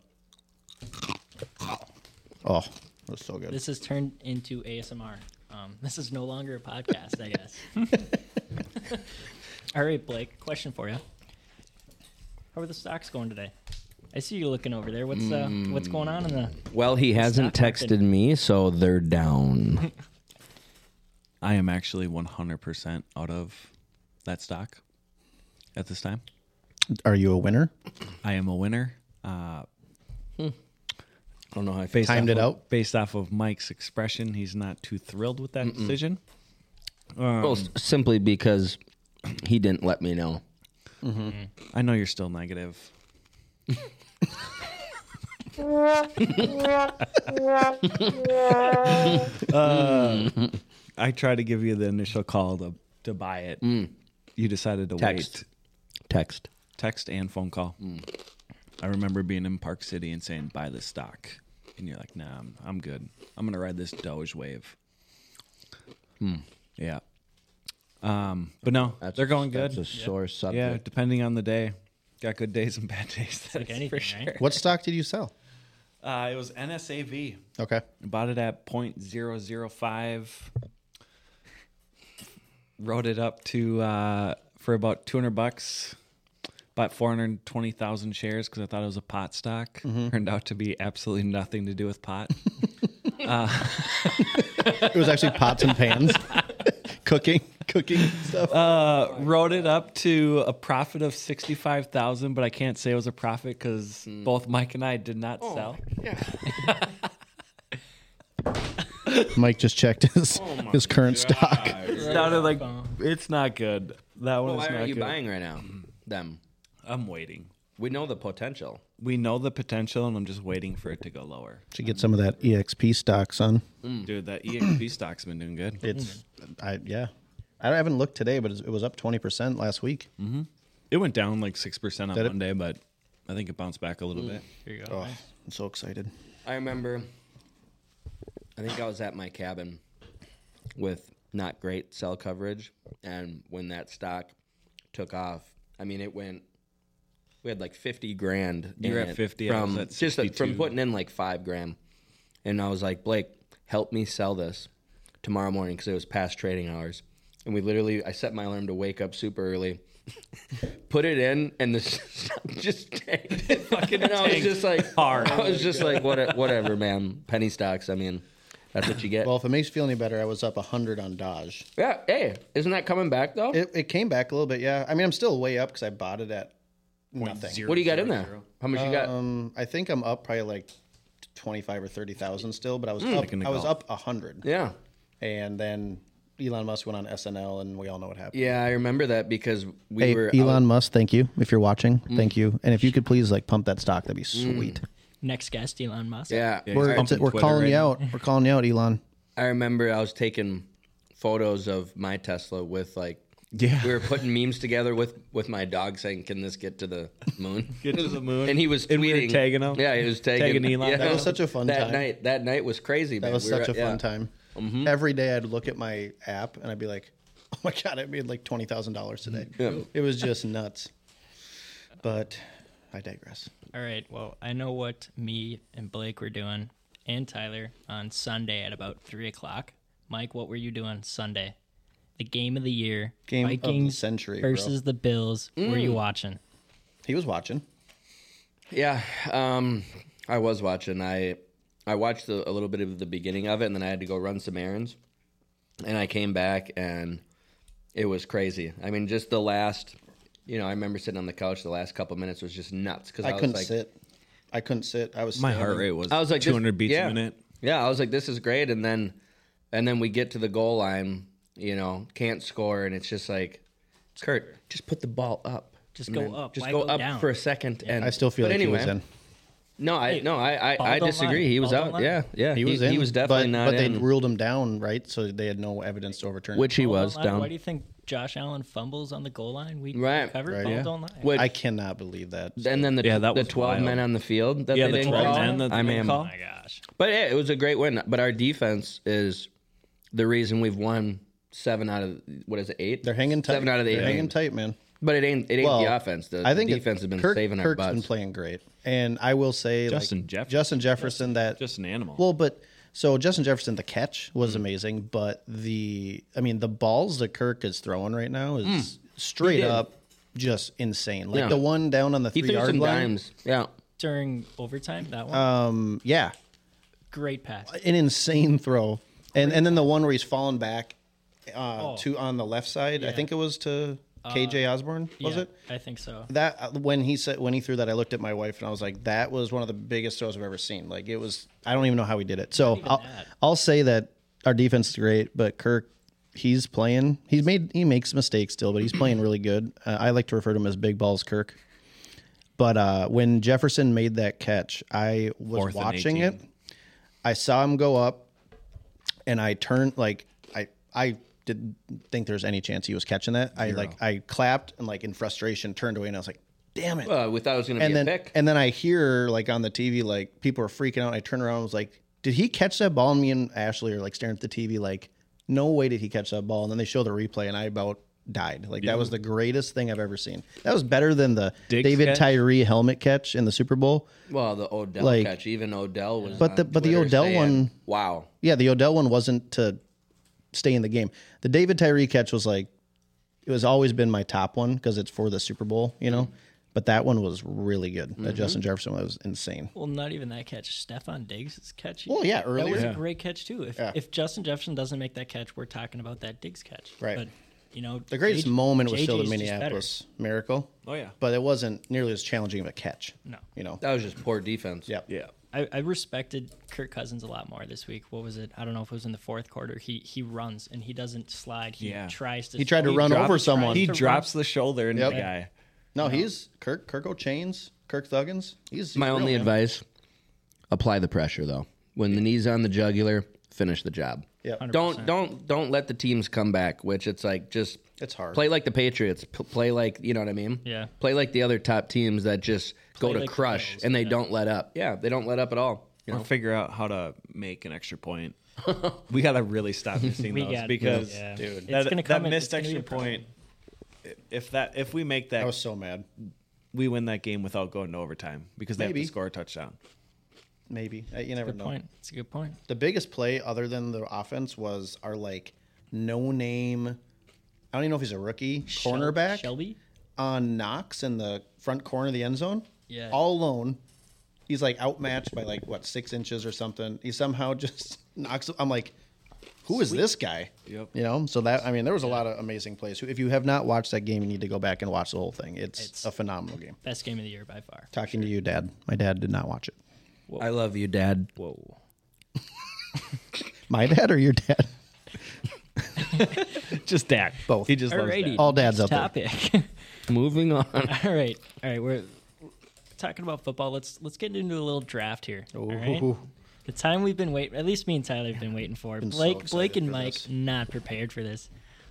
Oh, that's so good.
This has turned into ASMR. Um, this is no longer a podcast, I guess. All right, Blake, question for you. How are the stocks going today? I see you looking over there. What's uh, what's going on in the?
Well, he hasn't
not working.
texted me, so they're down.
I am actually 100% out of that stock at this time.
Are you a winner?
I am a winner. Uh,
I don't know how I feel.
based
Timed
off
it
of-
out?
based off of Mike's expression. He's not too thrilled with that decision.
Well, s- simply because he didn't let me know.
I know you're still negative. Uh, I tried to give you the initial call to to buy it.
Mm.
You decided to
Text.
wait.
Text.
Text and phone call. I remember being in Park City and saying, "Buy this stock," and you're like, "Nah, I'm, I'm good. I'm gonna ride this Doge wave." Yeah. Um, but no, they're going good.
Hmm. That's a sore
Yeah,
subject.
depending on the day. Got good days and bad days. That's
Like anything,
for
right?
sure.
What stock did you sell?
Uh, it was NSAV.
Okay.
Bought it at point zero zero five. Wrote it up to uh, for about two hundred bucks. Bought four hundred twenty thousand shares because I thought it was a pot stock.
Mm-hmm.
Turned out to be absolutely nothing to do with pot.
It was actually pots and pans. cooking, cooking stuff.
Oh
Uh, wrote it up to a profit of sixty-five thousand, but I can't say it was a profit because
Mm.
both Mike and I did not sell.
Mike just checked his
Oh
his current stock.
Sounded like it's not good. That one
Why
is
are
not
you
good.
buying right now? Them.
I'm waiting.
We know the potential.
We know the potential, and I'm just waiting for it to go lower.
Should get some of that E EXP stock, son.
Dude, that EXP stock's been doing good.
It's, I yeah, I haven't looked today, but it's- it was up twenty percent last week.
It went down like six percent on
Did it?
Monday, but I think it bounced back a little bit.
Here you go.
Oh, I'm so excited.
I remember. I think I was at my cabin with not great cell coverage, and when that stock took off, I mean, it went. We had like fifty grand. in
You're at
it
50, I was
from
at
just like, from
62.
putting in like five grand, and I was like, Blake, help me sell this tomorrow morning because it was past trading hours, and we literally I set my alarm to wake up super early. Put it in, and the stock just tanked. Fucking and I was just like, hard. I was just like, what, whatever, man. Penny stocks. I mean, that's what you get.
Well, if it makes you feel any better, I was up hundred on Dodge.
Yeah. Hey, isn't that coming back though?
It, it came back a little bit, yeah. I mean, I'm still way up because I bought it at nothing.
what do you got in there? How much you got?
Um, I think I'm up probably like twenty five or thirty thousand still, but I was
in
up,
the
I was
golf.
up hundred,
Yeah.
and then Elon Musk went on SNL, and we all know what happened.
Yeah, I remember that because we
Hey,
were
Elon Musk, thank you if you're watching. Thank you, and if you could please like pump that stock, that'd be sweet.
Next guest, Elon Musk.
Yeah.
We're,
pumping
it's- we're
Twitter
calling
right
you
now.
out. We're calling you out, Elon.
I remember I was taking photos of my Tesla with like
Yeah.
we were putting memes together with with my dog saying, "Can this get to the moon?"
Get to the moon.
And he was tweeting,
And we were tagging him.
Yeah, he was tagging,
Tagging Elon.
Yeah.
That
was such a fun
that
time.
night. That night was crazy.
That was such a fun time.
Mm-hmm.
Every day I'd look at my app and I'd be like, "Oh my god, I made like twenty thousand dollars today." It was just nuts. But I digress.
All right. Well, I know what me and Blake were doing and Tyler on Sunday at about three o'clock. Mike, what were you doing Sunday? The game of the year,
Game of the
Vikings
century, bro. Mm.
versus the Bills. Were you watching?
He was watching.
Yeah, um, I was watching. I I watched the, a little bit of the beginning of it, and then I had to go run some errands, and I came back, and it was crazy. I mean, just the last, you know, I remember sitting on the couch. The last couple minutes was just nuts because I,
I,
was
couldn't
like,
sit. I couldn't sit. I was
My
standing.
heart rate was,
I was like, this-
200 beats
yeah.
a minute.
Yeah, I was like, this is great, and then and then we get to the goal line, you know, can't score, and it's just like, Kurt, just put the ball up.
Just
And
go
then
up.
Just
Why
go,
go
up
down?
for a second. And
I still feel
but
like
anyway,
he was in.
No, I no, I I,
ball
I
don't
disagree.
lie.
He was
Ball
out.
don't lie.
Yeah, yeah.
He was in.
He was definitely
but,
not
but
in.
they ruled him down, right? So they had no evidence to overturn.
which he
Ball
was
don't lie.
down.
Why do you think Josh Allen fumbles on the goal line? We
Right,
covered
right,
ball
yeah.
don't lie.
Which-
I cannot believe that.
and then the
Yeah, that
the
was
twelve
wild.
men on the field that
Yeah,
they
the
didn't
12
call.
men that they
I
didn't
mean,
oh
call.
my gosh.
but yeah, it was a great win. But our defense is the reason we've won seven out of what is it eight?
They're hanging tight.
Seven out of the
They're
eight.
hanging
games.
tight, man.
But it ain't it ain't
Well,
the offense. The,
I think
the
it-
defense has been
Kirk,
saving
Kirk's
our
been
butts.
playing great, and I will say
Justin
like,
Jefferson.
Justin Jefferson that
Just an animal.
well, but so Justin Jefferson the catch
Mm.
was amazing, but the I mean the balls that Kirk is throwing right now is straight up just insane. Like
Mm. Yeah.
the one down on the
he
three
threw
yard
some
line.
dimes. Yeah,
During overtime, that one
Um, yeah,
great pass.
an insane throw, and and then the one where he's falling back uh,
Oh.
to on the left side. I think it was to
Uh,
KJ Osborne. Was
Yeah,
it?
I think so.
that when he said when he threw that, I looked at my wife and I was like, "That was one of the biggest throws I've ever seen." Like it was, I don't even know how he did it. So I'll,
that.
I'll say that our defense is great, but Kirk, he's playing. He's made he makes mistakes still, but he's playing really good. Uh, I like to refer to him as Big Balls Kirk. But uh, when Jefferson made that catch, I was
Fourth and
watching
18.
it. I saw him go up, and I turned like I I didn't think there's any chance he was catching that. I like I clapped and like in frustration turned away and I was like, "Damn it!"
well, Uh, we thought it was going to be
and then
a pick.
and then I hear like on the TV like people are freaking out. And I turn around and was like, "Did he catch that ball?" And me and Ashley are like staring at the TV like, "No way did he catch that ball!" And then they show the replay and I about died. Like that was the greatest thing I've ever seen. That was better than the
Diggs
David
catch?
Tyree helmet catch in the Super Bowl.
well, the Odell
like-
catch. Even Odell was.
But the-
on
but the
Twitter
Odell
saying,
one-
Wow.
Yeah, the Odell one wasn't to stay in the game. The David Tyree catch was like it was always been my top one because it's for the Super Bowl, you know. But that one was really good. That Justin Jefferson one was insane.
Well, not even that catch. Stefan Diggs' catch.
Well, yeah,
That
earlier.
was
Yeah.
a great catch too. If
Yeah.
if Justin Jefferson doesn't make that catch, we're talking about that Diggs catch.
Right.
But you know,
The greatest moment was still the
JJ's just
Minneapolis miracle.
Oh, yeah.
But it wasn't nearly as challenging of a catch.
No.
You know.
That was just poor defense.
Yep.
Yeah.
better. I, I respected Kirk Cousins a lot more this week. What was it? I don't know if it was in the fourth quarter. He he runs and he doesn't slide. He
Yeah.
tries to.
He tried to run
drops-
over
tries
someone.
to
He
run-
drops the shoulder into
Yep.
the guy.
No, he's Kirk Kirk O'Chains, Kirk Thuggins. He's
My
he's
only
real, man.
advice apply the pressure though. When the knee's on the jugular, finish the job.
Yep.
100%.
Don't don't don't let the teams come back, which it's like just
It's hard.
Play like the Patriots. P- play like you know what I mean?
Yeah.
Play like the other top teams that just go
Play
to
like the
crush
Bills,
and they don't let up. Yeah, they don't let up at all. You
Or
know?
figure out how to make an extra point. we got to really stop missing
We
those
gotta-
because
yeah.
dude,
It's
that,
gonna
that
come in-
missed
it's gonna be
extra
a problem.
point. If that if we make that
I was so mad.
we win that game without going to overtime because they
Maybe.
have to score a touchdown.
Maybe. Uh, You never
Good
know.
point. It's a good point.
The biggest play other than the offense was our like no name I don't even know if he's a rookie
Shel-
cornerback
Shelby.
on Knox in the front corner of the end zone.
Yeah.
All alone. He's like outmatched by like what six inches or something. He somehow just knocks I'm like, who is this guy?
Yep.
You know, so that I mean there was a lot of amazing plays. If you have not watched that game, you need to go back and watch the whole thing. It's,
It's-
a phenomenal game.
Best game of the year by far.
Talking to you, Dad. My dad did not watch it.
I love you, Dad.
Whoa.
My dad or your dad?
Just that.
Both.
He just loves
Alrighty.
that.
All dads out there.
Topic.
Moving on.
all right. All right. We're talking about football. Let's let's get into a little draft here. All right.
Ooh.
The time we've been waiting, at least me and Tyler have been waiting for.
so
Blake, Blake,
excited
and
for
Mike
this.
not prepared for this.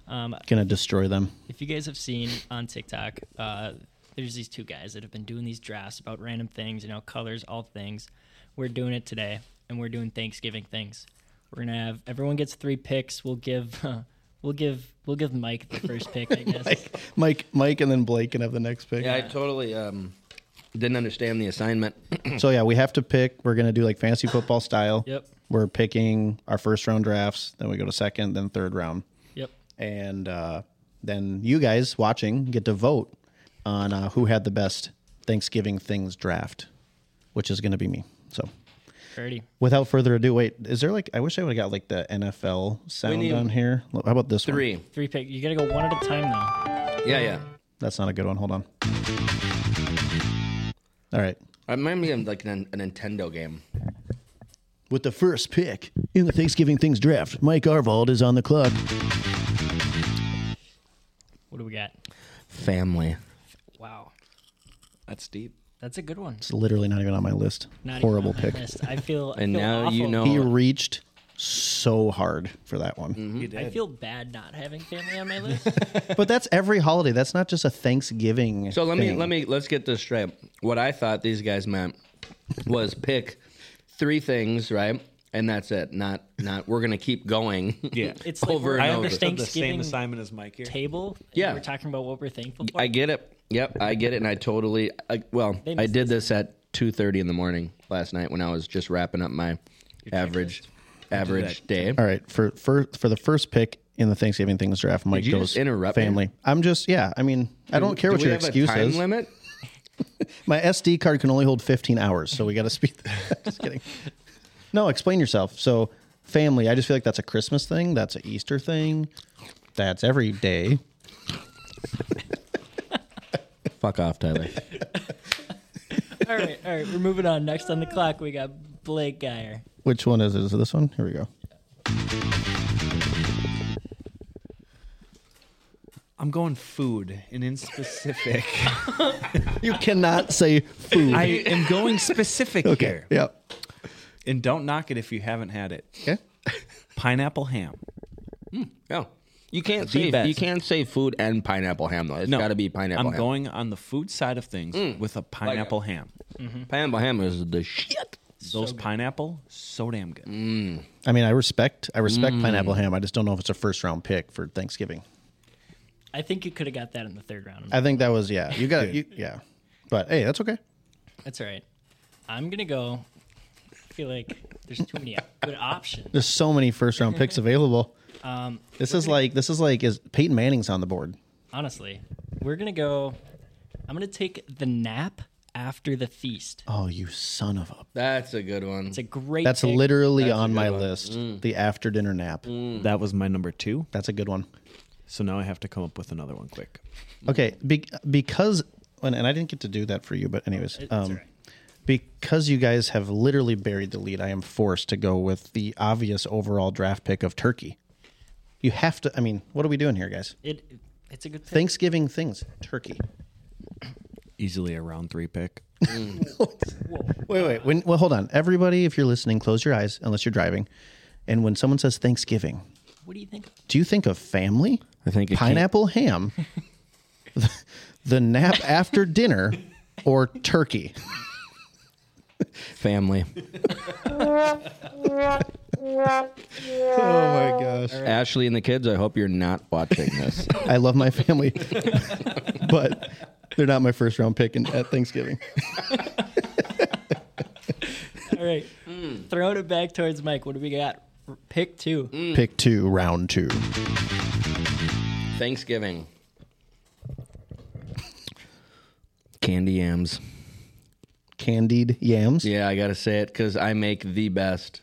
Um,
Gonna destroy them.
if you guys have seen on TikTok, uh, there's these two guys that have been doing these drafts about random things, you know, colors, all things. We're doing it today, and we're doing Thanksgiving things. We're gonna have everyone gets three picks. We'll give, uh, we'll give, we'll give Mike the first pick, I guess.
Mike, Mike, Mike, and then Blake can have the next pick.
yeah, I totally um, didn't understand the assignment.
So yeah, we have to pick. We're gonna do like fantasy football style.
Yep.
We're picking our first round drafts. Then we go to second, then third round,
Yep.
and uh, then you guys watching get to vote on uh, who had the best Thanksgiving things draft, which is gonna be me. So
Alrighty.
without further ado, wait, is there like I wish I would have got like the NFL sound
need
on here. How about this one?
Three.
Three pick. You gotta go one at a time though.
Yeah, yeah.
That's not a good one. Hold on. All right.
It reminded me of like an, a Nintendo game.
With the first pick in the Thanksgiving Things draft, Mike Arvald is on the clock.
What do we got?
Family.
Wow.
That's deep.
That's a good one.
It's literally not even on my list.
Not even
Horrible
on my
pick.
list. I feel. I
And
feel
now you
awful.
know-
He reached so hard for that one.
Mm-hmm.
I feel bad not having family on my list.
But that's every holiday. That's not just a Thanksgiving.
So let me
thing.
let me let's get this straight. What I thought these guys meant was pick three things, right? And that's it. Not not we're gonna keep going.
Yeah.
It's like
Over
we're
and
on
I
the
over.
understand the same
Thanksgiving
assignment as Mike here.
table. and
Yeah.
we're talking about what we're thankful for.
I get it. Yep, I get it, and I totally. I, well,
They
I
missed
did this at two thirty in the morning last night when I was just wrapping up my average average day.
All right. For, for, for the first pick in the Thanksgiving Things draft, Mike
you
goes
just interrupt me?
family. I'm just, yeah. I mean, I don't care
Do
what
we
your
have
excuse
a time
is.
limit?
My SD card can only hold 15 hours, so we got to speed. just kidding. No, explain yourself. So, family, I just feel like that's a Christmas thing. That's an Easter thing. That's every day.
Fuck off, Tyler.
all right, all right. We're moving on. Next on the clock, we got Blake Geyer.
Which one is it? Is it this one? Here we go.
I'm going food and in specific.
You cannot say food.
I am going specific
okay.
here.
Yeah.
And don't knock it if you haven't had it.
Okay.
Pineapple ham.
no, you can't say
best.
you can't say food and pineapple ham though. It's
No,
got to be pineapple.
I'm
ham.
going on the food side of things with a pineapple ham.
Pineapple ham is the shit.
Those pineapple, so damn good.
I mean, I respect I respect pineapple ham. I just don't know if it's a first round pick for Thanksgiving.
I think you could have got that in the third round.
I think that was yeah. You got you, yeah. But hey, that's okay.
That's all right. I'm gonna go. I feel like there's too many good options.
There's so many first round picks available. this is like this is like is Peyton Manning's on the board.
Honestly, we're gonna go. I'm gonna take the nap after the feast.
Oh, you son of a.
That's a good one.
It's a great.
That's
pick.
literally on my list. The after dinner nap.
Mm.
That was my number two.
That's a good one.
So now I have to come up with another one quick.
Okay, be- because and, and I didn't get to do that for you, but anyways, um, because you guys have literally buried the lead, I am forced to go with the obvious overall draft pick of Turkey. You have to. I mean, what are we doing here, guys?
It, it's a good pick.
Thanksgiving things, Turkey.
Easily a round three pick.
Wait, wait. When, well, hold on. Everybody, if you're listening, close your eyes unless you're driving. And when someone says Thanksgiving,
What do you think?
do you think of family?
I think it came-
pineapple ham, the nap after dinner, or turkey.
Family.
Oh my gosh.
Ashley and the kids, I hope you're not watching this.
I love my family, but they're not my first round pick in, at Thanksgiving.
All right, throwing it back towards Mike. What do we got? R- Pick two.
Mm.
Pick two, round two.
Thanksgiving. Candy yams.
Candied yams.
Yeah, I gotta say it because I make the best.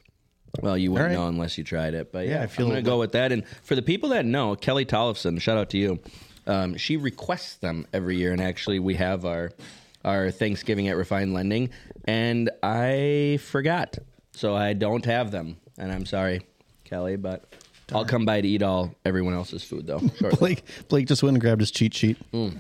Well, you wouldn't
All right.
know unless you tried it, but
Yeah,
yeah,
I feel
I'm gonna
like-
go with that. And for the people that know, Kelly Tollefson, shout out to you. Um, she requests them every year, and actually, we have our our Thanksgiving at Refined Lending, and I forgot, so I don't have them, and I'm sorry, Kelly, but I'll come by to eat all everyone else's food though. shortly.
Blake, Blake just went and grabbed his cheat sheet.
Mm.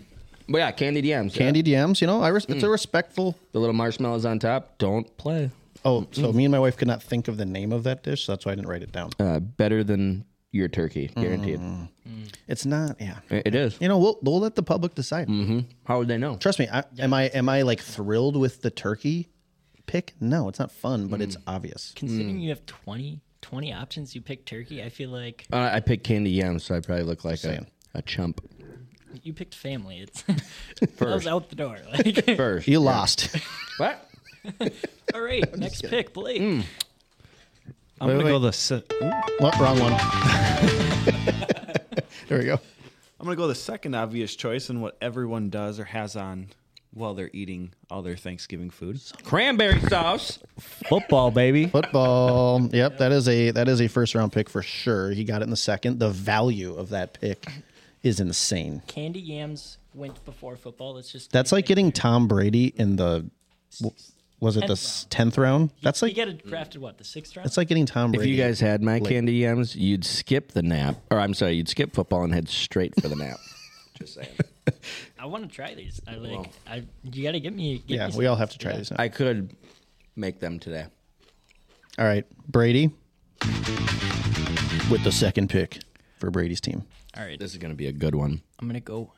but yeah, candied yams, yeah.
Candied yams, you know, I res- it's
Mm.
a respectful.
the little marshmallows on top. Don't play.
Oh,
Mm-hmm.
so me and my wife could not think of the name of that dish, so that's why I didn't write it down.
Uh, better than your turkey, guaranteed.
Mm. It's not, yeah.
It is.
You know, we'll we'll let the public decide.
Mm. How would they know?
Trust me. I, Am I am I like thrilled with the turkey pick? No, it's not fun, but
Mm.
it's obvious.
Considering you have 20, 20 options, you pick turkey. I feel like
Uh, I picked candy yams, so I probably look like a,
Saying.
a chump.
you picked family. It's that was out the door. Like,
First.
You lost.
What?
all right, next pick, Blake.
Hmm.
I'm
Wait,
gonna
wait.
go the se- I'm
Oh, wrong one. there we go.
I'm gonna go the second obvious choice and what everyone does or has on while they're eating all their Thanksgiving food.
Cranberry sauce.
football, baby.
Football. Yep, that is a that is a first round pick for sure. He got it in the second. The value of that pick is insane.
Candy yams went before football. Let's just
That's like getting Tom Brady in the w- was it the s- tenth round? That's
You
like
got drafted what the sixth round.
that's like getting Tom
If
Brady.
you guys had my candy yams, you'd skip the nap. Or I'm sorry, you'd skip football and head straight for the nap. Just saying.
I want to try these. I like. I you got to get me. Get
yeah,
me
we
some.
all have to try these. Now.
I could make them today.
All right, Brady with the second pick for Brady's team.
All right,
This is going to be a good one.
I'm gonna go.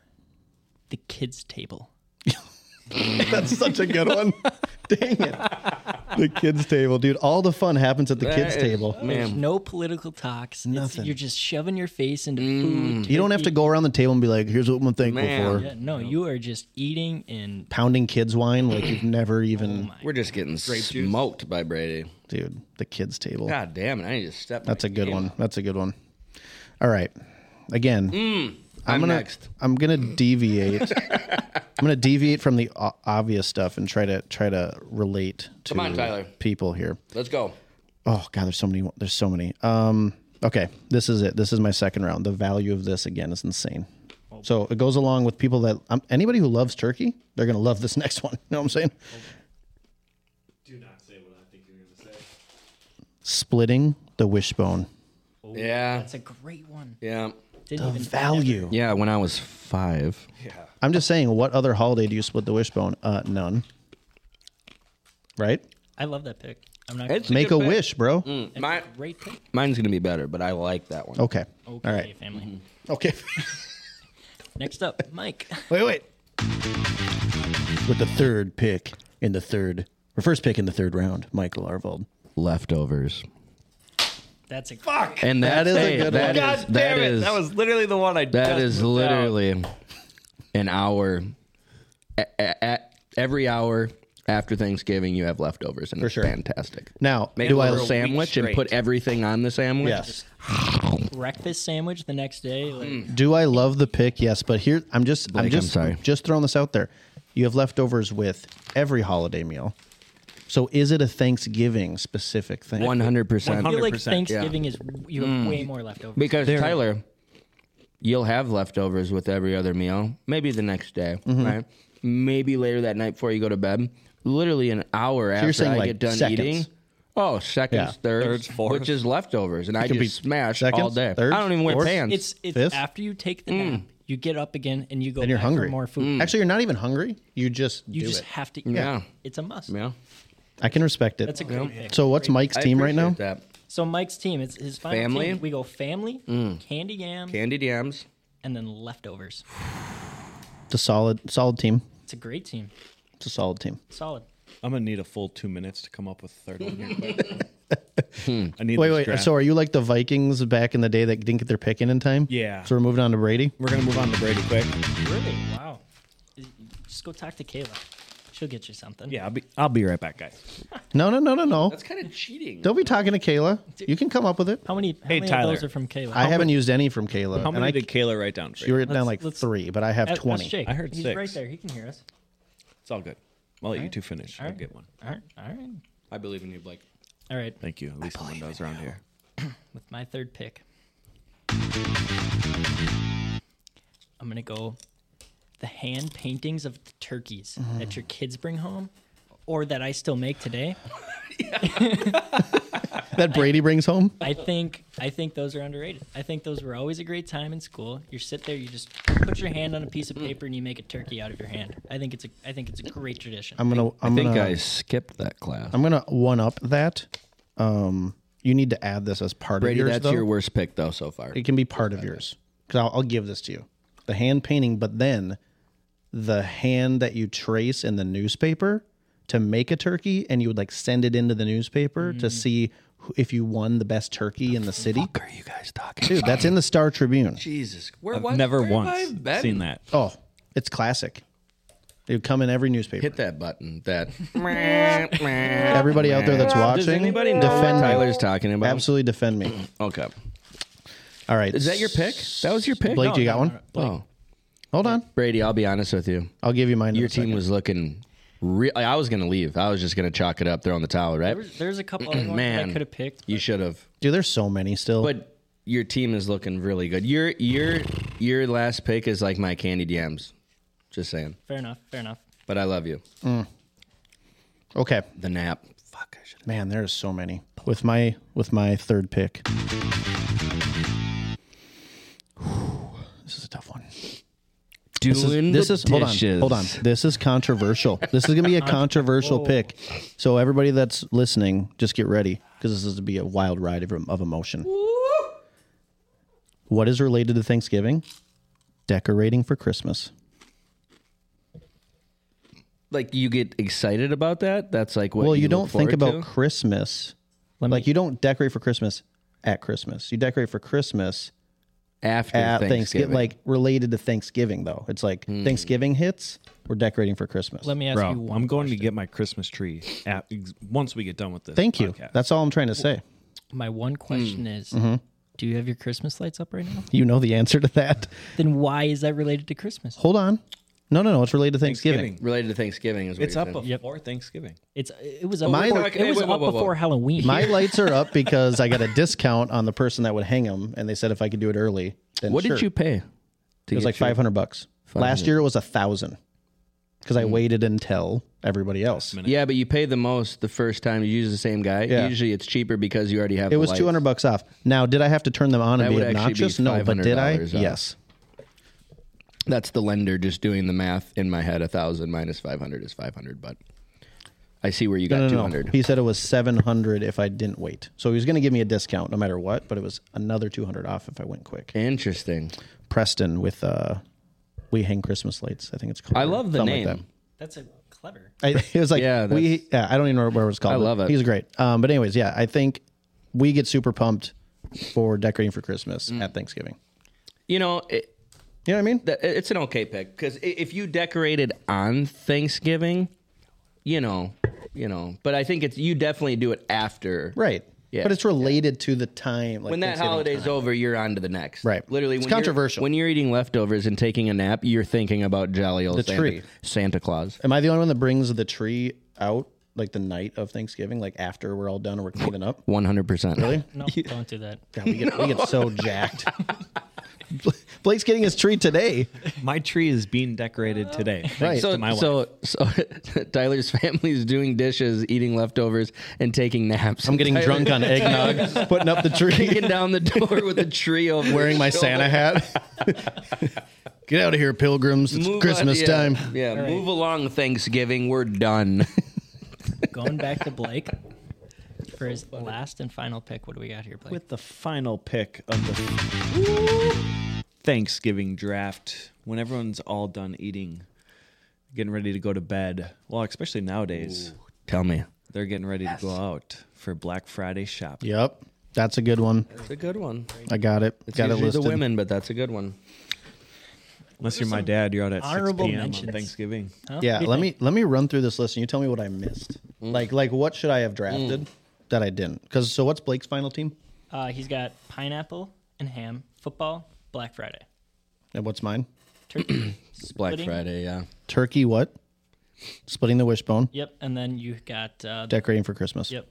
The kids' table.
That's such a good one. Dang it. The kids table, dude. All the fun happens at the kids
That is-
table.
There's
Man.
no political talks. It's-
Nothing.
you're just shoving your face into
Hmm.
food.
You don't have to go around the table and be like, here's what I'm thankful
Man.
for.
Yeah, no, you are just eating and
Pounding kids wine like you've never even
We're just getting smoked by Brady.
dude, the kids table.
God damn it. I need to step.
That's
my
a good
game
one.
up.
That's a good one. All right. Again,
Mm. I'm,
gonna
next.
I'm gonna deviate. I'm gonna deviate from the o- obvious stuff and try to try to relate to
Come on, Tyler.
people here.
Let's go.
Oh god, there's so many. There's so many. Um, okay, this is it. This is my second round. The value of this again is insane. So it goes along with people that um, anybody who loves turkey, they're gonna love this next one. You know what I'm saying?
Do not say what I think you're gonna say.
Splitting the wishbone.
Yeah.
that's a great one.
Yeah.
Didn't
The
even
value.
Yeah. When I was five.
I'm just saying, what other holiday do you split the wishbone? Uh, none. Right?
I love that pick. I'm not.
It's
gonna,
Make a
good pick.
wish, bro.
Mm.
that's
My,
a great pick.
mine's going to be better, but I like that one.
Okay. All
Okay,
right.
family.
Mm-hmm.
Okay.
Next up, Mike.
wait, wait. With the third pick in the third, or first pick in the third round, Michael Arvold.
Leftovers.
That's a fuck.
And
That is a good one.
That
God
is
damn
that
it!
is
that was literally the one I.
that
just
is
put down.
literally an hour. a- a- a- every hour after Thanksgiving, you have leftovers, and it's
sure.
fantastic.
Now,
Make
do
a
I
little sandwich and
straight.
put everything on the sandwich.
yes?
Breakfast sandwich the next day. Like,
Do I love the pick? Yes, but here I'm just I'm
Blake,
just
I'm sorry.
just throwing this out there. You have leftovers with every holiday meal. So is it a Thanksgiving specific thing?
One hundred percent.
I feel
100%,
like
yeah.
Thanksgiving is you have way more leftovers.
Because Tyler, you'll have leftovers with every other meal. Maybe the next day,
Mm-hmm.
right? Maybe later that night before you go to bed. Literally an hour
you're
after
saying,
I
like,
get done
seconds.
eating. Oh, seconds,
Yeah.
thirds,
Thirds, fourths.
which is leftovers, and I just
could be
smash
seconds,
all day.
thirds,
I don't even wear
fourths.
pants.
it's it's
Fifth?
after you take the nap, you get up again and you go
And you're
back for
hungry.
more food.
mm.
Actually, you're not even hungry. You just
You
do
just
it.
have to eat.
Yeah.
it. It's a must.
yeah,
I can respect it.
That's a great pick.
so what's Mike's
I
team right now?
appreciate That.
So Mike's team, it's his final
Family?
team. We go family, candy yams,
Candy yams.
and then leftovers.
It's a solid solid team.
It's a great team.
It's a solid team.
Solid.
I'm gonna need a full two minutes to come up with a third one here. quick. I need
Wait,
this
wait.
draft.
So are you like the Vikings back in the day that didn't get their pick in in time?
Yeah.
So we're moving on to Brady.
We're gonna move on to Brady quick.
Really? Wow. Just go talk to Kayla. She'll get you something.
Yeah, I'll be I'll be right back, guys.
No, no, no, no, no.
That's kind of cheating.
Don't be talking to Kayla. You can come up with it.
How many, how
Hey,
many
Tyler.
of those are from Kayla?
I haven't used any from Kayla.
How
and
many
I,
did Kayla write down?
you wrote down
Let's-
like
let's-
three, but I have
Ask- ask
twenty.
Jake.
I heard
He's
six.
right there. He can hear us.
It's all good. I'll let you two finish. I'll get one.
All right. All right.
I believe in you, Blake.
All right.
Thank you. At least someone does around here.
With my third pick, I'm going to go the hand paintings of the turkeys that your kids bring home or that I still make today.
That Brady brings home.
I think I think those are underrated. I think those were always a great time in school. You sit there, you just put your hand on a piece of paper and you make a turkey out of your hand. I think it's a I think it's a great tradition.
I'm gonna. I'm
I think
gonna.
I skipped that class.
I'm gonna one up that. Um, you need to add this as part
Brady,
of yours.
that's
though.
your worst pick though so far.
It can be part of yours because I'll, I'll give this to you. The hand painting, but then the hand that you trace in the newspaper to make a turkey, and you would like send it into the newspaper
Mm.
to see who, if you won the best turkey in the city.
are you guys talking?
Dude, that's in the Star Tribune.
Jesus, where
I've
what-
never
where have
once
I been?
seen that.
Oh, it's classic. It would come in every newspaper.
Hit that button. That. Does
Everybody out there that's watching,
anybody know what
defend me.
Tyler's talking about? Oh,
Absolutely defend me.
Okay.
All right.
Is that your pick? That was your pick.
Blake, do you got one?
Oh,
Hold on.
Brady, I'll be honest with you.
I'll give you mine. in
Your
a
team
second.
was looking. Re- I was gonna leave. I was just gonna chalk it up, throw in the towel, right?
There's, there's a couple other ones that I
Man,
could have picked.
You should have.
Dude, there's so many still.
But your team is looking really good. Your your your last pick is like my candy yams. Just saying.
Fair enough. Fair enough.
But I love you.
okay.
The nap. Fuck. I should.
Man, there's so many. With my with my third pick. This is a tough one. This is,
Doing
this
the
is hold on,
dishes.
hold on. This is controversial. This is gonna be a controversial
Oh.
pick. So everybody that's listening, just get ready because this is to be a wild ride of, of emotion. What is related to Thanksgiving? Decorating for Christmas.
Like you get excited about that. That's like what.
Well, you,
you
don't
look
think
forward
about
to?
Christmas. like you don't decorate for Christmas at Christmas. You decorate for Christmas
after
at Thanksgiving.
Thanksgiving. Hmm.
like related to Thanksgiving though. It's like Thanksgiving hits, we're decorating for Christmas.
Let me ask you
Bro,
one.
I'm going to get my Christmas tree at, ex- once we get done with this.
Thank you.
podcast.
That's all I'm trying to say.
My one question
Hmm.
is,
Mm-hmm.
do you have your Christmas lights up right now?
You know the answer to that.
Then why is that related to Christmas?
Hold on. No, no, no. It's related to Thanksgiving.
related to Thanksgiving is what
It's
you're
up
saying.
before Thanksgiving.
It's it was up
My-
before,
Okay,
it was
wait, whoa,
up
whoa, whoa.
before Halloween.
My lights are up because I got a discount on the person that would hang them, and they said if I could do it early, then
What
sure.
did you pay?
It was like five hundred bucks. Last year it was a thousand because I
Hmm.
waited until everybody else.
Yeah, but you pay the most the first time you use the same guy.
Yeah.
Usually it's cheaper because you already have.
It was two hundred bucks off. Now, did I have to turn them on and
That
be
would actually be
obnoxious? no, but did I?
$500 off.
Yes.
That's the lender just doing the math in my head. A thousand minus five hundred is five hundred. But I see where you got
No,
two
no, no.
hundred.
He said it was seven hundred if I didn't wait. So he was going to give me a discount no matter what, but it was another two hundred off if I went quick.
Interesting.
Preston with uh, we hang Christmas lights. I think it's called.
I
or
love the
something like
name.
that.
That's a clever.
I, it was like
Yeah,
we. Yeah, I don't even know where it was called.
I
but
love it.
He's great. Um, but anyways, yeah, I think we get super pumped for decorating for Christmas at Thanksgiving.
you know, it,
You know what I mean?
Mm. that, it's an okay pick because if you decorated on Thanksgiving, you know, you know. But I think it's you definitely do it after,
Right.
Yeah.
But it's related to the time. Like
when that
Thanksgiving
holiday's
time.
over, you're on to the next.
Right.
Literally,
It's
when you're-
controversial.
when you're eating leftovers and taking a nap, you're thinking about jolly old
The
Santa,
tree.
Santa Claus.
Am I the only one that brings the tree out like the night of Thanksgiving, like after we're all done and we're cleaning up?
One hundred percent. Really?
No, don't do that.
God, we, get, we get so jacked. Blake's getting his tree today.
My tree is being decorated today. Thanks
Right.
to my
So,
wife.
so, so Tyler's family is doing dishes, eating leftovers, and taking naps.
I'm getting
Tyler
drunk on eggnog, putting up the tree,
kicking down the door with a tree over.
wearing
his
my
shoulder.
Santa hat. get out of here, pilgrims. It's
Move on-
Christmas
yeah,
time.
Yeah, move along, Thanksgiving. We're done.
Going back to Blake for his last and final pick. What do we got here, Blake?
with the final pick of the Thanksgiving draft, when everyone's all done eating, getting ready to go to bed, well, especially nowadays,
Tell me,
they're getting ready to go out for Black Friday shopping.
Yep. That's a good one.
it's a good one.
I got it.
It's
got it
usually
listed.
the women, but that's a good one.
Unless you're my dad, you're out at 6
honorable
p.m.
mentions.
on Thanksgiving.
Yeah, let me let me run through this list and you tell me what I missed. Like like what should I have drafted that I didn't? Cuz so what's Blake's final team?
Uh, he's got pineapple and ham, football, Black Friday,
And what's mine?
turkey,
It's Black
splitting.
Friday. Yeah.
Turkey what? Splitting the wishbone,
Yep, and then you got uh,
decorating for Christmas.
yep.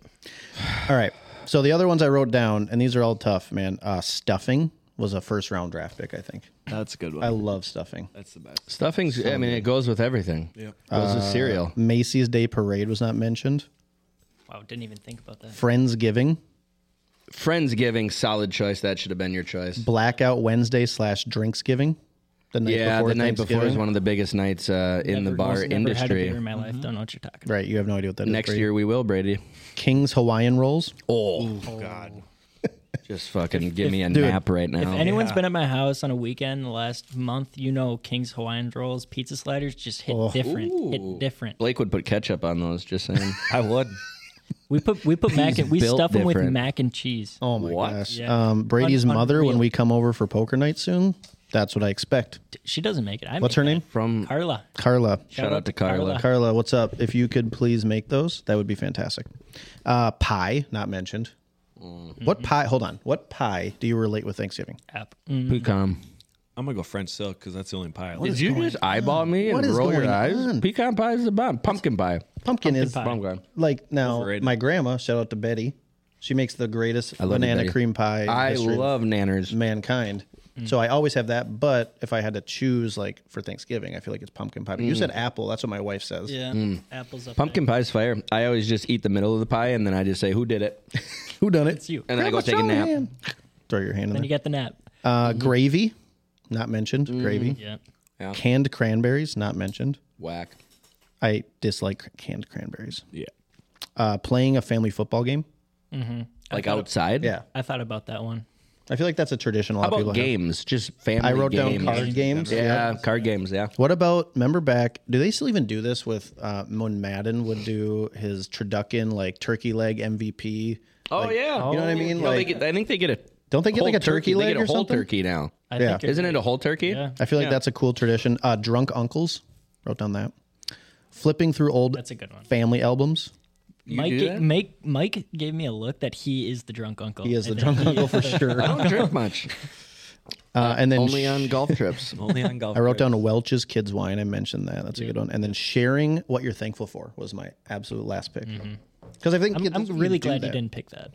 All right. So the other ones I wrote down and these are all tough, man. Uh stuffing was a first round draft pick, I think.
That's a good one.
I love stuffing.
That's the best.
Stuffing's. I mean, it goes with everything. Yeah.
Uh,
Goes with cereal.
Macy's Day Parade was not mentioned.
Wow, didn't even think about that.
Friendsgiving,
Friendsgiving, solid choice. That should have been your choice.
Blackout Wednesday slash Drinksgiving. The night
yeah,
before
the night before is
Thanksgiving.
one of the biggest nights uh, in the
Never-
bar
almost never Had a beer in
industry.
my life. Don't know what you're talking. about.
Right, you have no idea what that is.
Next
Brady.
year we will, Brady.
King's Hawaiian rolls.
Oh God! Just fucking give me a nap right now.
Oh,
If anyone's been at my house on a weekend the last month, you know King's Hawaiian rolls, pizza sliders just hit
Oh.
different. Hit different.
Blake would put ketchup on those. Just saying.
I would.
We put we put mac and we
built
stuff them with
different.
mac and cheese.
Oh my
What?
gosh.
Yeah.
Um, Brady's
Un-
mother, when
unreal.
we come over for poker night soon, that's what I expect.
She doesn't make it. I
What's
make
her name?
it.
From
Carla.
Carla.
shout out to Carla.
Carla, what's up? If you could please make those, that would be fantastic. Uh, pie, not mentioned.
Mm-hmm.
What pie? Hold on. What pie do you relate with Thanksgiving?
App. Mm.
Pecan.
I'm going to go French silk because that's the only pie I like.
Did you just eyeball me
What
and
is
roll your
going
eyes?
on?
Pecan pie is the bomb. Pumpkin pie.
Pumpkin, is
pie.
Pumpkin.
like now.
Overrated.
My grandma, shout out to Betty. She makes the greatest
love you,
banana
Betty.
cream pie. in the
I
history of
love nanners.
mankind.
Mm.
So I always have that. But if I had to choose, like for Thanksgiving, I feel like it's pumpkin pie. But
Mm.
You said apple. That's what my wife says.
Yeah. Apples up.
Pumpkin pie's fire. I always just eat the middle of the pie and then I just say, "Who did it?"
Who done it?
It's you.
And then I go
Grandma
take a nap.
Joanne. Throw your hand in
Then
there.
you got the nap.
uh, Gravy, not mentioned.
Mm,
Gravy.
Yeah.
Canned cranberries, not mentioned.
Whack.
I dislike cr- canned cranberries.
Yeah.
Uh, playing a family football game.
Like outside.
Yeah,
I thought about that one.
I feel like that's a tradition. A lot
How
of people
about
have.
games? Just family.
I wrote
games.
down card games.
Yeah, card games. Yeah.
What about remember back? Do they still even do this with uh, when Madden would do his Turducken like turkey leg MVP?
Oh
Like,
yeah.
you know what I mean?
No, they
Like-
get- I think they get a.
Don't they get
whole
like a turkey,
They
leg
get a
or
whole
something?
turkey now.
I
Yeah.
think you're
Isn't
right.
it a whole turkey?
Yeah.
I feel like that's a cool tradition. Uh, drunk uncles wrote down that. Flipping through old
That's a good one.
family albums.
Mike,
do
ga-
that?
Mike, Mike gave me a look that he is the drunk uncle.
He is
I
the
think.
drunk uncle for sure.
I don't drink much.
Uh, and then
Only on golf trips.
Only on golf.
I wrote down Welch's Kids Wine. I mentioned that. That's a good one. And then sharing what you're thankful for was my absolute last pick. Because I
Mm-hmm.
think
I'm,
kids-
I'm
you
really
do
glad you
that.
didn't pick that.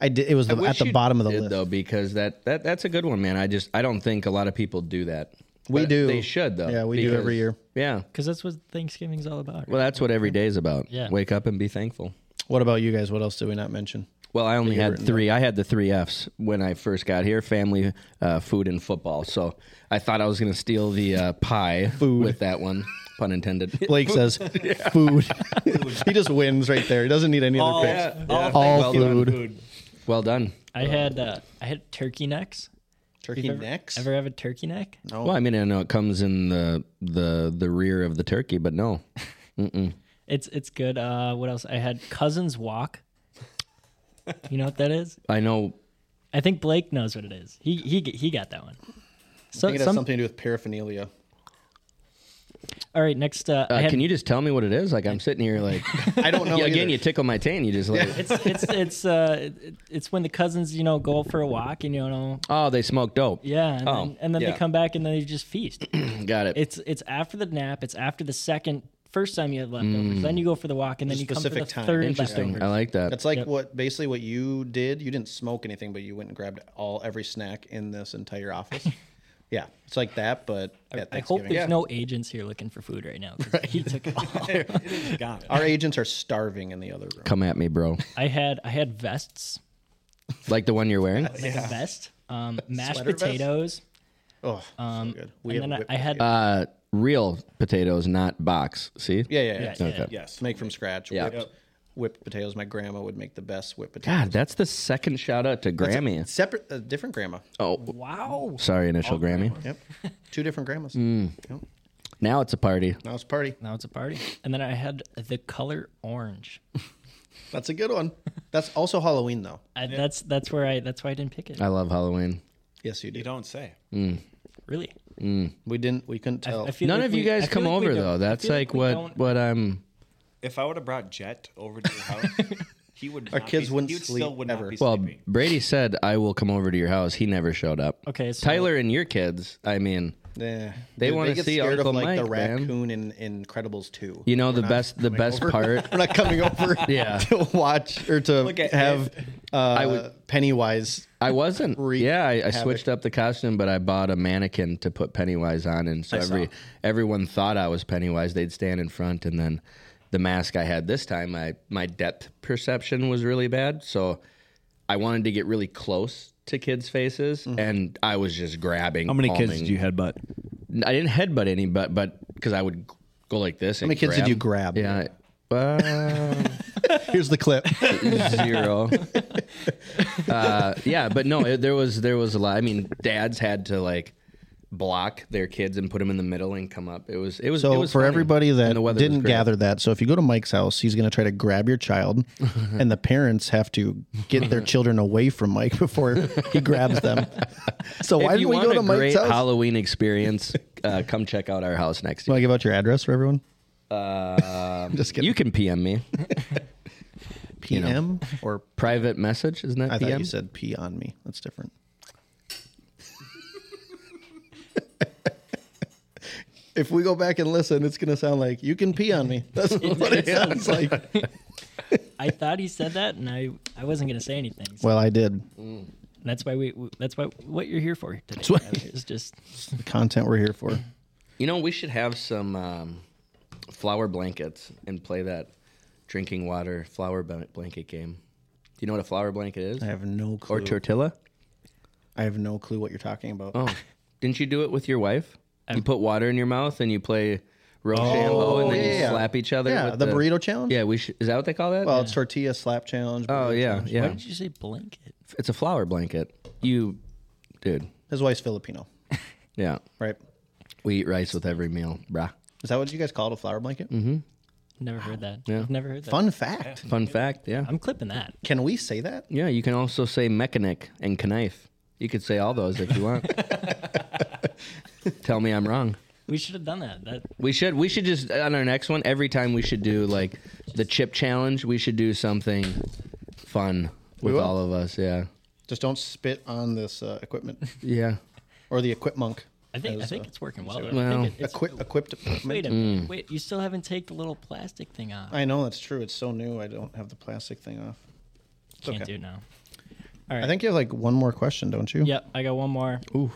I did. It was the,
Wish
at the
you
bottom of the
did,
list.
though, because that, that that's a good one, man. I just I don't think a lot of people do that.
We
But
do.
They should though.
Yeah, we do every year.
Yeah.
Because that's what Thanksgiving's all about.
Well, that's what every day is about.
Yeah.
Wake up and be thankful.
What about you guys? What else did we not mention?
Well, I only had three. I had the three Fs when I first got here: family, uh, food, and football. So I thought I was going to steal the uh, pie with that one, pun intended.
Blake says food. he just wins right there. He doesn't need any other picks. All food.
Well done.
I had uh, I had turkey necks.
Turkey
ever-
necks.
Ever have a turkey neck?
Oh.
Well, I mean, I know it comes in the the the rear of the turkey, but no,
It's it's good. Uh, what else? I had cousins walk. you know what that is?
I know.
I think Blake knows what it is. He he he got that one.
I
So
think it has
some,
something to do with paraphernalia.
All right, next. Uh, I
Uh,
have-
can you just tell me what it is? Like I'm sitting here, like
I don't know.
again,
either.
you tickle my tan. You just like,
It's it's it's uh it- it's when the cousins you know go for a walk and you know
oh, they smoke dope.
yeah and
Oh,
then, and then
yeah.
they come back and then they just feast.
Got it.
It's it's after the nap. It's after the second first time you had
Mm.
leftovers. Then you go for the walk and then
Just
you come for the
specific time.
third
Interesting.
leftovers.
I like that.
That's like
Yep.
what basically what you did. You didn't smoke anything, but you went and grabbed all every snack in this entire office. yeah, it's like that, but at
I hope
Thanksgiving.
there's no agents here looking for food right now. 'cause He took it all.
Got it.
Our agents are starving in the other room.
Come at me, bro.
I had I had vests,
Like the one you're wearing.
like a vest, um, mashed
Sweater vest?
potatoes,
Oh, so good. We
Um, and
have
then
whipped
I, I had
Uh, real potatoes, not box. See?
yeah, yeah, yeah.
yeah, yeah.
Okay.
Yes.
Make from scratch.
Yeah.
Whipped, whipped potatoes. My grandma would make the best whipped potatoes.
God, that's the second shout out to Grammy.
Separate, a different grandma.
oh,
Wow.
sorry, initial Grammy.
Yep. Two different grandmas. Yep.
Now it's a party.
Now it's a party.
Now it's a party. And then I had the color orange.
That's a good one. That's also Halloween though.
I, That's that's where I that's why I didn't pick
Uh,
it.
I love Halloween.
Yes, you
You
did.
don't say.
really.
We didn't. We couldn't
I-
tell.
I feel
None
like
of you
we- I
guys
feel
come
like we
over
don't-
though.
I
That's
feel
like
we
what
don't-
what um, I'm.
If I would have brought Jet over to your house, he would.
Our
not
kids
be,
wouldn't
he would
sleep
still would
ever.
Not be
Well,
sleeping.
Brady said I will come over to your house. He never showed up.
Okay, so-
Tyler and your kids. I mean,
Yeah,
They wanna
get
see
scared
Uncle
of like the
Mike, man.
raccoon in Incredibles two.
you know the best the best part.
We're not coming over,
Yeah.
to watch or to
Look at
have
it.
uh, Pennywise.
I wasn't.
wreak
yeah, I, I
havoc.
switched up the costume, but I bought a mannequin to put Pennywise on, and so every everyone thought I was Pennywise. They'd stand in front, and then the mask I had this time, I my depth perception was really bad, so I wanted to get really close to kids' faces, and I was just grabbing.
How many kids
palming.
did you headbutt?
I didn't headbutt any, but but because I would go like this. How
many kids did you grab?
Yeah. I- uh,
Here's the clip.
zero. uh, yeah, but no, it, there was there was a lot. I mean, dads had to like block their kids and put them in the middle and come up. It was it was it
So
was
for
funny.
everybody that
And the weather was
didn't
great.
gather that, so if you go to Mike's house, he's going to try to grab your child, and the parents have to get their children away from Mike before he grabs them. So why
if
did
you
we
want
go to
a
Mike's
great
house?
Halloween experience, uh, come check out our house next
Want to
year.
give out your address for everyone?
Uh,
Just kidding.
you can PM me.
PM or
Private message, isn't that
I thought
PM?
you said pee on me. That's different. if we go back and listen, it's gonna sound like you can pee on me. That's what it sounds like.
I thought he said that, and I I wasn't gonna say anything. So
Well, I did.
that's why we, we- that's why what you're here for today.
why-
Tyler, It's just
The content we're here for.
You know, we should have some um, flower blankets and play that drinking water flower blan- blanket game. Do you know what a flower blanket is?
I have no clue.
Or tortilla?
I have no clue what you're talking about.
Oh, didn't you do it with your wife? you put water in your mouth and you play Rochambeau and then you
Oh, yeah.
slap each other.
yeah,
with
the, burrito challenge.
Yeah, we should. Is that what they call that?
Well, it's tortilla slap challenge.
oh
burrito
yeah,
challenge.
why
yeah.
did you say blanket?
It's a flower blanket. You, dude.
His wife's Filipino,
Yeah,
right?
we eat rice with every meal, brah.
Is that what you guys call it, a flower blanket?
Never heard that.
Yeah.
I've never heard that.
Fun fact.
Fun fact, yeah,
I'm clipping that.
Can we say that?
yeah. You can also say mechanic and knife. You could say all those if you want. Tell me I'm wrong.
We should have done that. That
We should we should just on our next one every time we should do like the chip challenge. We should do something fun with
will.
all of us. Yeah,
Just don't spit on this uh, equipment
yeah.
or the equip monk.
I think I
as,
think
uh,
it's working well. though.
Well,
I think it- it's,
equi- equipped.
wait a
Mm.
minute. Wait, you still haven't take the little plastic thing off.
I know that's true. It's so new. I don't have the plastic thing off.
Can't
okay.
do it now.
I think you have like one more question, don't you?
Yep, I got one more.
Oof.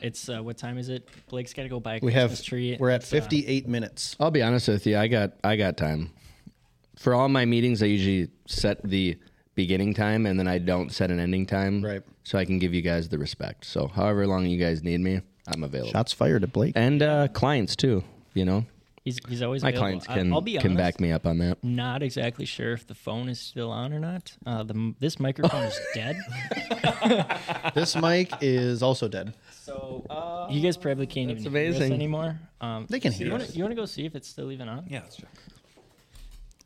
It's uh, what time is it? Blake's got to go buy a
We
Christmas
have.
tree.
We're at
It's, uh,
58 minutes.
I'll be honest with you. I got I got time for all my meetings. I usually set the beginning time and then I don't set an ending time.
Right.
So I can give you guys the respect. So however long you guys need me, I'm
Oh.
available.
Shots fired at Blake.
And uh, clients too. You know,
he's, he's always
my
available.
clients
I-
can
I'll be
can
honest,
back me up on that.
Not exactly sure if the phone is still on or not. Uh, the this microphone is dead.
this mic is also dead.
So you guys probably can't even hear us
amazing.
anymore. Um,
They can
you
hear
want
us.
to you want to go see if it's still even on? Uh,
Yeah, that's true.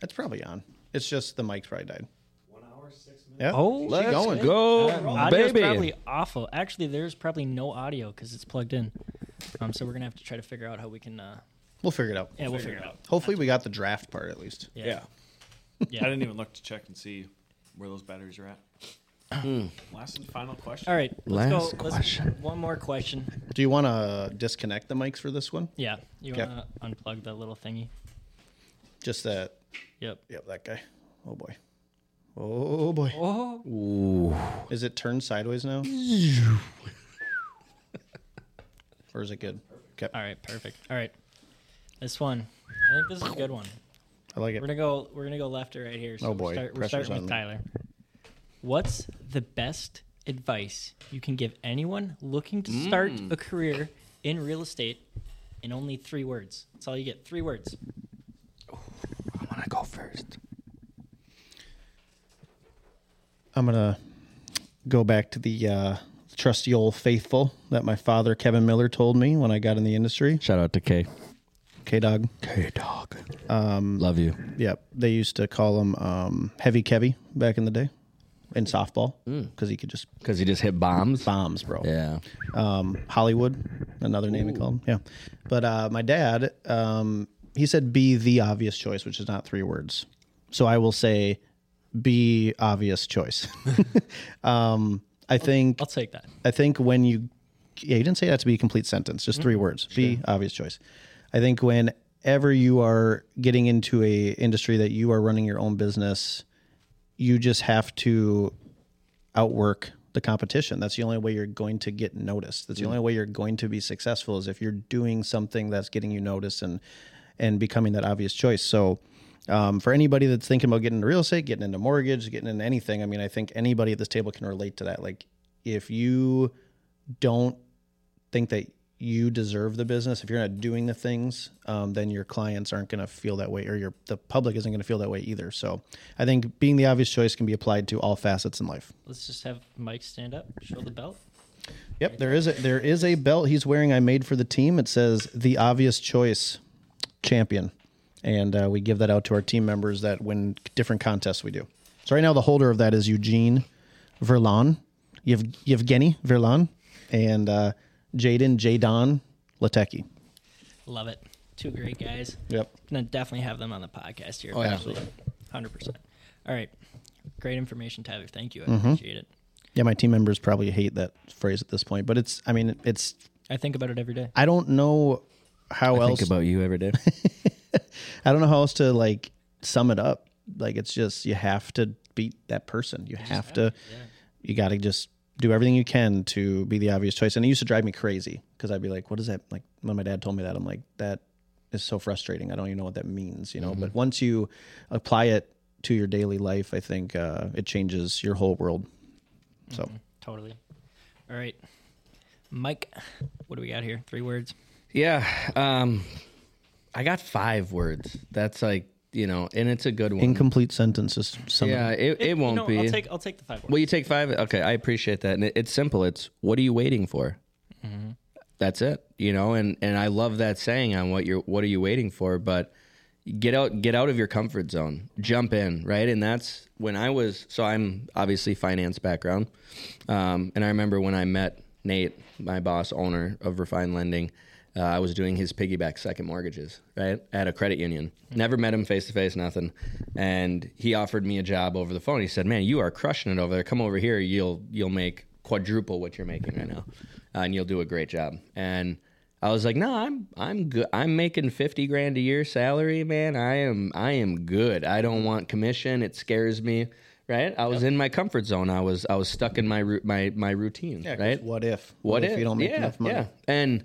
It's probably on. It's just the mic's probably died.
One hour, six minutes.
Yeah.
Oh,
keep
let's
going.
Go,
Audio's probably awful. Actually, there's probably no audio because it's plugged in. Um, so we're gonna have to try to figure out how we can uh,
We'll figure it out.
Yeah, we'll figure it out.
Hopefully, we got the draft part at least.
Yeah.
I
Yeah.
didn't even look to check and see where those batteries are at.
Hmm.
Last and final question.
All right. Let's
Last
go. Let's,
question.
One more question.
Do you want to disconnect the mics for this one?
Yeah. You
Yep.
want to unplug that little thingy?
Just that.
Yep.
Yep, that guy. Oh boy. Oh boy.
Oh.
Is it turned sideways now? or is it good? Okay.
All right. Perfect. All right. This one. I think this is a good one.
I like it.
We're gonna go. We're gonna go left to right here. So
Oh,
we're
boy.
start- we're
Pressure's
starting
on
with Tyler.
me.
What's the best advice you can give anyone looking to start
Mm.
a career in real estate in only three words? That's all you get. Three words.
I'm gonna go first.
I'm gonna go back to the uh, trusty old faithful that my father Kevin Miller told me when I got in the industry.
Shout out to K.
K Dog.
K dog. Um, love you.
Yep. They used to call him um, Heavy Kevy back in the day in softball because he could just
Because he just hit bombs.
bombs, bro.
Yeah.
um, Hollywood, another name he called. Yeah. But uh, my dad, um, he said, be the obvious choice, which is not three words. So I will say, be obvious choice. um, I think
I'll take that.
I think when you, yeah, you didn't say that to be a complete sentence, just three words. Be obvious choice. I think whenever you are getting into a industry that you are running your own business, you just have to outwork the competition. That's the only way you're going to get noticed. That's the only way you're going to be successful is if you're doing something that's getting you noticed and and becoming that obvious choice. So um, for anybody that's thinking about getting into real estate, getting into mortgage, getting into anything, I mean, I think anybody at this table can relate to that. Like, if you don't think that you deserve the business, if you're not doing the things, um, then your clients aren't going to feel that way, or your the public isn't going to feel that way either. So, I think being the obvious choice can be applied to all facets in life.
Let's just have Mike stand up, show the belt.
Yep, there is a there is a belt he's wearing. I made for the team. It says the obvious choice champion, and uh, we give that out to our team members that win different contests we do. So right now the holder of that is Eugene Verlan, Yev- Yevgeny Verlan, and uh, Jaden Jadon Latecki.
Love it. Two great guys.
Yep.
Gonna definitely have them on the podcast here.
Oh, yeah.
Hundred percent. All right. Great information, Tyler. Thank you. I
Mm-hmm.
appreciate it.
Yeah, my team members probably hate that phrase at this point, but it's I mean it's
I think about it every day.
I don't know how
I
else
think about you every day.
I don't know how else to like sum it up. Like it's just you have to beat that person. You, have, to. You got to just do everything you can to be the obvious choice. And it used to drive me crazy because I'd be like, "What is that?" Like when my dad told me that, I'm like, "That is so frustrating. I don't even know what that means." You know.
Mm-hmm.
But once you apply it to your daily life, I think uh, it changes your whole world. So
Mm-hmm.
Totally. All right. Mike, what do we got here? Three words.
yeah. Um, I got five words. That's like you know, and it's a good one.
incomplete sentences. Some
yeah. It, it won't be.
I'll take I'll take the five words.
Will you take five? Okay, I appreciate that. And it, it's simple. It's what are you waiting for? That's it. You know, and and I love that saying on what you're what are you waiting for? But get out get out of your comfort zone. Jump in, right? And that's when I was so I'm obviously finance background. Um, and I remember when I met Nate, my boss owner of Refine Lending, uh, I was doing his piggyback second mortgages, right? At a credit union. Never met him face to face, nothing. And he offered me a job over the phone. He said, "Man, you are crushing it over there. Come over here. You'll you'll make quadruple what you're making right now, uh, and you'll do a great job." And I was like, "No, I'm I'm good. I'm making fifty grand a year salary, man. I am I am good. I don't want commission. It scares me." Right, I was in my comfort zone. I was I was stuck in my ru- my my routine. right,
What if?
what if,
you don't make
yeah,
enough money?
Yeah. And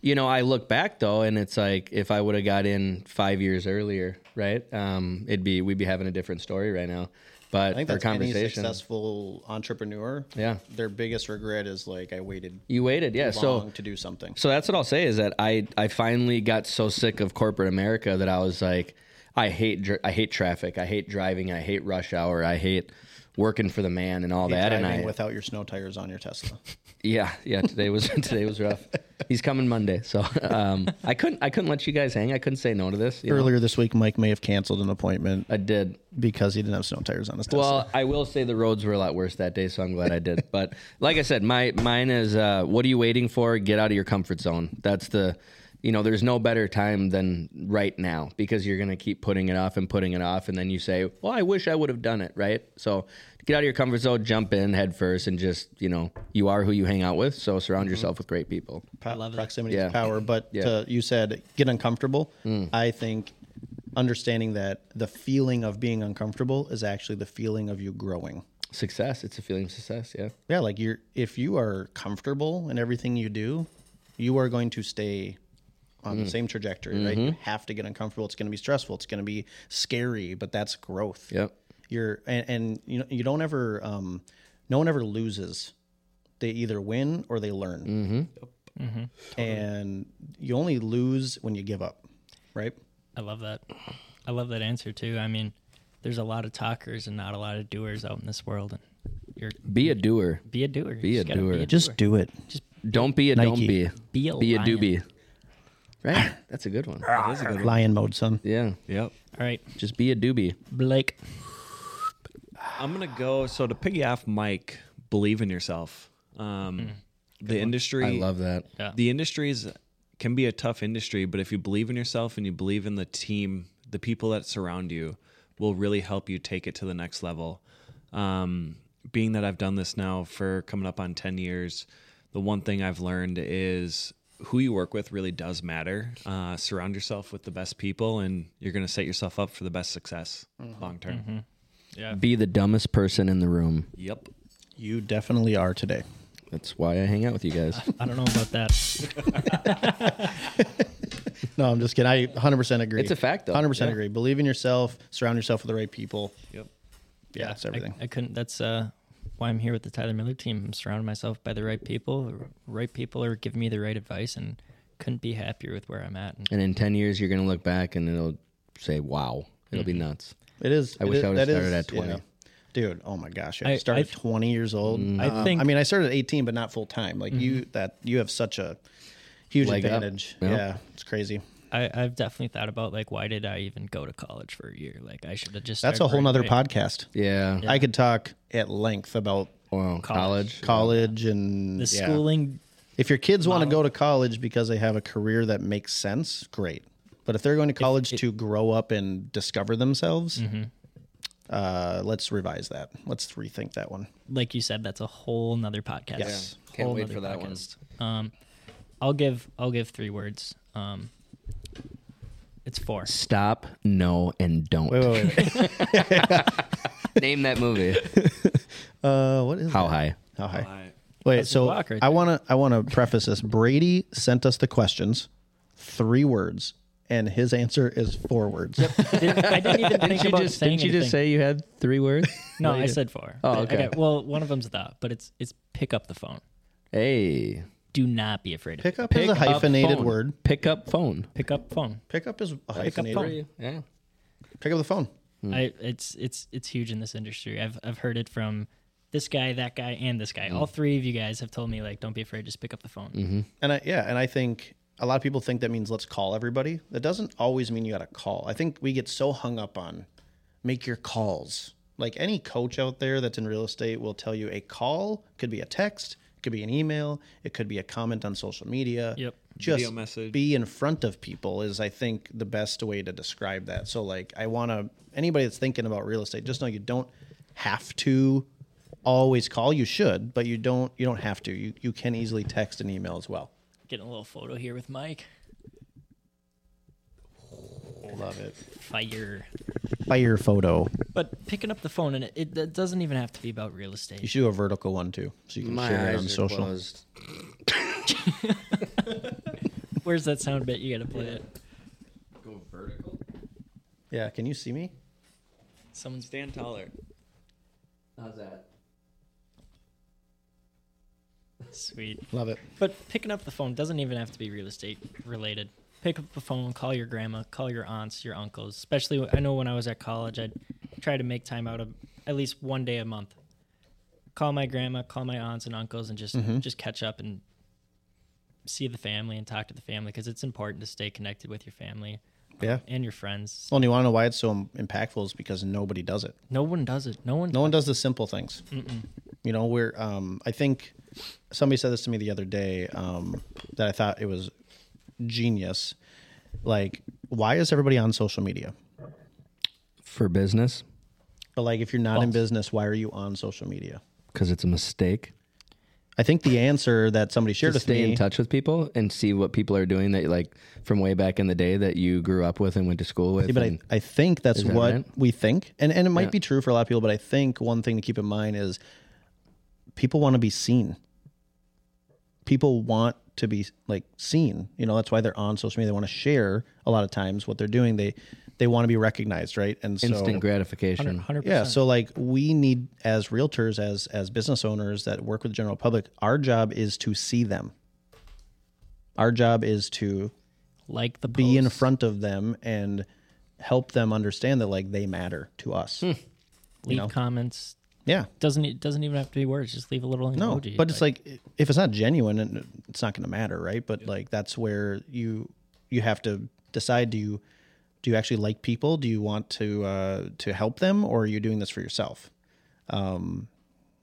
you know, I look back though, and it's like if I would have got in five years earlier, right? Um, it'd be we'd be having a different story right now. But
I think
our
that's any
conversation,
successful entrepreneur.
Yeah.
Their biggest regret is like I waited
you waited, yeah. So
long to do something.
So that's what I'll say is that I I finally got so sick of corporate America that I was like, I hate dr- I hate traffic, I hate driving, I hate rush hour, I hate working for the man and all that. And
driving
I
without your snow tires on your Tesla.
yeah yeah today was today was rough. He's coming Monday, so um, I couldn't I couldn't let you guys hang. I couldn't say no to this. you know?
Earlier this week, Mike may have canceled an appointment
I did.
because he didn't have snow tires on his Tesla.
Well, I will say the roads were a lot worse that day, so I'm glad I did. But like I said, my mine is uh, what are you waiting for? Get out of your comfort zone. That's the you know, there's no better time than right now because you're going to keep putting it off and putting it off. And then you say, well, I wish I would have done it, right? So get out of your comfort zone, jump in head first, and just, you know, you are who you hang out with. So surround yourself with great people.
po-
love that.
proximity
Yeah.
to power. But
Yeah. Mm.
to, you said get uncomfortable. I think understanding that the feeling of being uncomfortable is actually the feeling of you growing.
Success. It's a feeling of success. Yeah.
Yeah, like you're if you are comfortable in everything you do, you are going to stay on the same trajectory, right? You have to get uncomfortable. It's going to be stressful. It's going to be scary, but that's growth.
Yep.
You're and, and you know you don't ever um no one ever loses. They either win or they learn. Mm-hmm. And you only lose when you give up, right?
I love that. I love that answer too. I mean, there's a lot of talkers and not a lot of doers out in this world, and you're
Be a doer.
be a doer. You
Be a
gotta
doer.
Just do it.
Don't be a don't be.
Be a
be a
lion.
doobie. Right. That's a good one.
Lion mode, son.
Yeah.
Yep.
All right,
Just be a doobie.
Blake.
I'm gonna go. So to piggy off Mike, believe in yourself. Um, the industry.
Mm-hmm. I love that.
Yeah.
The industries can be a tough industry, but if you believe in yourself and you believe in the team, the people that surround you will really help you take it to the next level. Um, being that I've done this now for coming up on 10 years, the one thing I've learned is who you work with really does matter. Uh, surround yourself with the best people, and you're going to set yourself up for the best success long term.
Be the dumbest person in the room.
Yep.
You definitely are today.
That's why I hang out with you guys.
I don't know about that.
No, I'm just kidding. I 100% agree.
It's a fact, though.
100%
Yeah.
agree. Believe in yourself. Surround yourself with the right people.
Yep.
Yeah, that's
I-
everything.
I, couldn't. That's uh, why I'm here with the Tyler Miller team. I'm surrounding myself by the right people. The right people are giving me the right advice, and couldn't be happier with where I'm at. And
and in 10 years you're going to look back and it'll say wow it'll be nuts
it is.
I
it
wish
is-
I would've
that
started
is-
at 20.
yeah. Dude, oh my gosh! I,
I-
started
I-
20 years old.
Mm.
I
Um,
think- Mm-hmm.
I mean, I started at 18, but not full time. Like you, that you have such a huge
Leg up.
advantage.
Yep.
Yeah, it's crazy.
I, I've definitely thought about like, why did I even go to college for a year? Like, I should have just.
That's
started
a whole
right
nother
away.
podcast.
yeah,
I could talk at length about
Wow. college,
college and
The
yeah.
schooling
If your kids want to go to college because they have a career that makes sense, great. But if they're going to college to grow up and discover themselves,
Mm-hmm.
uh, let's revise that. Let's rethink that one.
like you said, that's a whole nother podcast.
Yes.
Yeah. Can't
Whole
wait
nother
for that one.
one. Um, I'll give I'll give three words. Um, it's four.
stop no and don't name that movie
Uh, what is
how high
How high?
I,
Wait,
That's a
so
block right
I
there.
want to I want to preface this. Brady sent us the questions, three words, and his answer is four words.
Didn't- I didn't even think about saying anything.
you had three words
No, I said four.
Oh,
I- I
okay.
got- well, one of them's that, but it's it's pick up the phone.
hey
Do not be afraid of
Pick
pick,
up is a
up
hyphenated
phone.
word.
pick up phone
pick up phone.
Pick up is a
Pick up
hyphenated.
phone.
yeah
Pick up the phone.
I, it's it's it's huge in this industry. I've I've heard it from this guy, that guy, and this guy. All three of you guys have told me like, don't be afraid, just pick up the phone.
And I, yeah, and I think a lot of people think that means let's call everybody. That doesn't always mean you got to call. I think we get so hung up on make your calls. Like any coach out there that's in real estate will tell you a call could be a text, it could be an email, it could be a comment on social media.
Yep.
Just
Video message.
be in front of people is I think the best way to describe that. So like I want to anybody that's thinking about real estate just know you don't have to always call you should but you don't you don't have to you you can easily text and email as well
Getting a little photo here with Mike.
Love it.
Fire.
Fire photo.
But picking up the phone and it, it, that doesn't even have to be about real
You
estate.
should do a vertical one too, so you can share it on social.
Where's that sound bit? You got to play it.
go vertical.
Yeah, can you see me?
Someone's
Stand taller.
how's that
sweet.
Love it.
But picking up the phone doesn't even have to be real estate related. Pick up the phone, call your grandma, call your aunts, your uncles. Especially, I know when I was at college, I'd try to make time out of at least one day a month. Call my grandma, call my aunts and uncles, and just
Mm-hmm.
just catch up and see the family and talk to the family because it's important to stay connected with your family
Yeah.
and your friends.
Well, and you want to know why it's so im- impactful is because nobody does it.
No one does it. No one.
No one does the simple things. You know, we're. Um, I think somebody said this to me the other day um, that I thought it was genius. Like, why is everybody on social media?
for business
But like, if you're not in business, why are you on social media?
because it's a mistake.
I think the answer that somebody shared
to
with
stay
me.
in touch with people and see what people are doing that like from way back in the day that you grew up with and went to school with.
Yeah, but I,
and-
I think that's
Hmm. that
what
right?
we think. And and it might be true for a lot of people, but I think one thing to keep in mind is people want to be seen. People want to be like seen. You know, that's why they're on social media. They want to share a lot of times what they're doing. They they want to be recognized, right? And so
instant gratification.
100%.
yeah, so like we need as realtors, as as business owners that work with the general public, our job is to see them. Our job is to
like the
be in
posts.
front of them and help them understand that like they matter to us.
leave comments.
Yeah.
Doesn't it doesn't even have to be words. Just leave a little emoji.
No, but it's like if it's not genuine, and it's not going to matter, right? But like that's where you you have to decide: do you do you actually like people? Do you want to uh, to help them, or are you doing this for yourself? Um,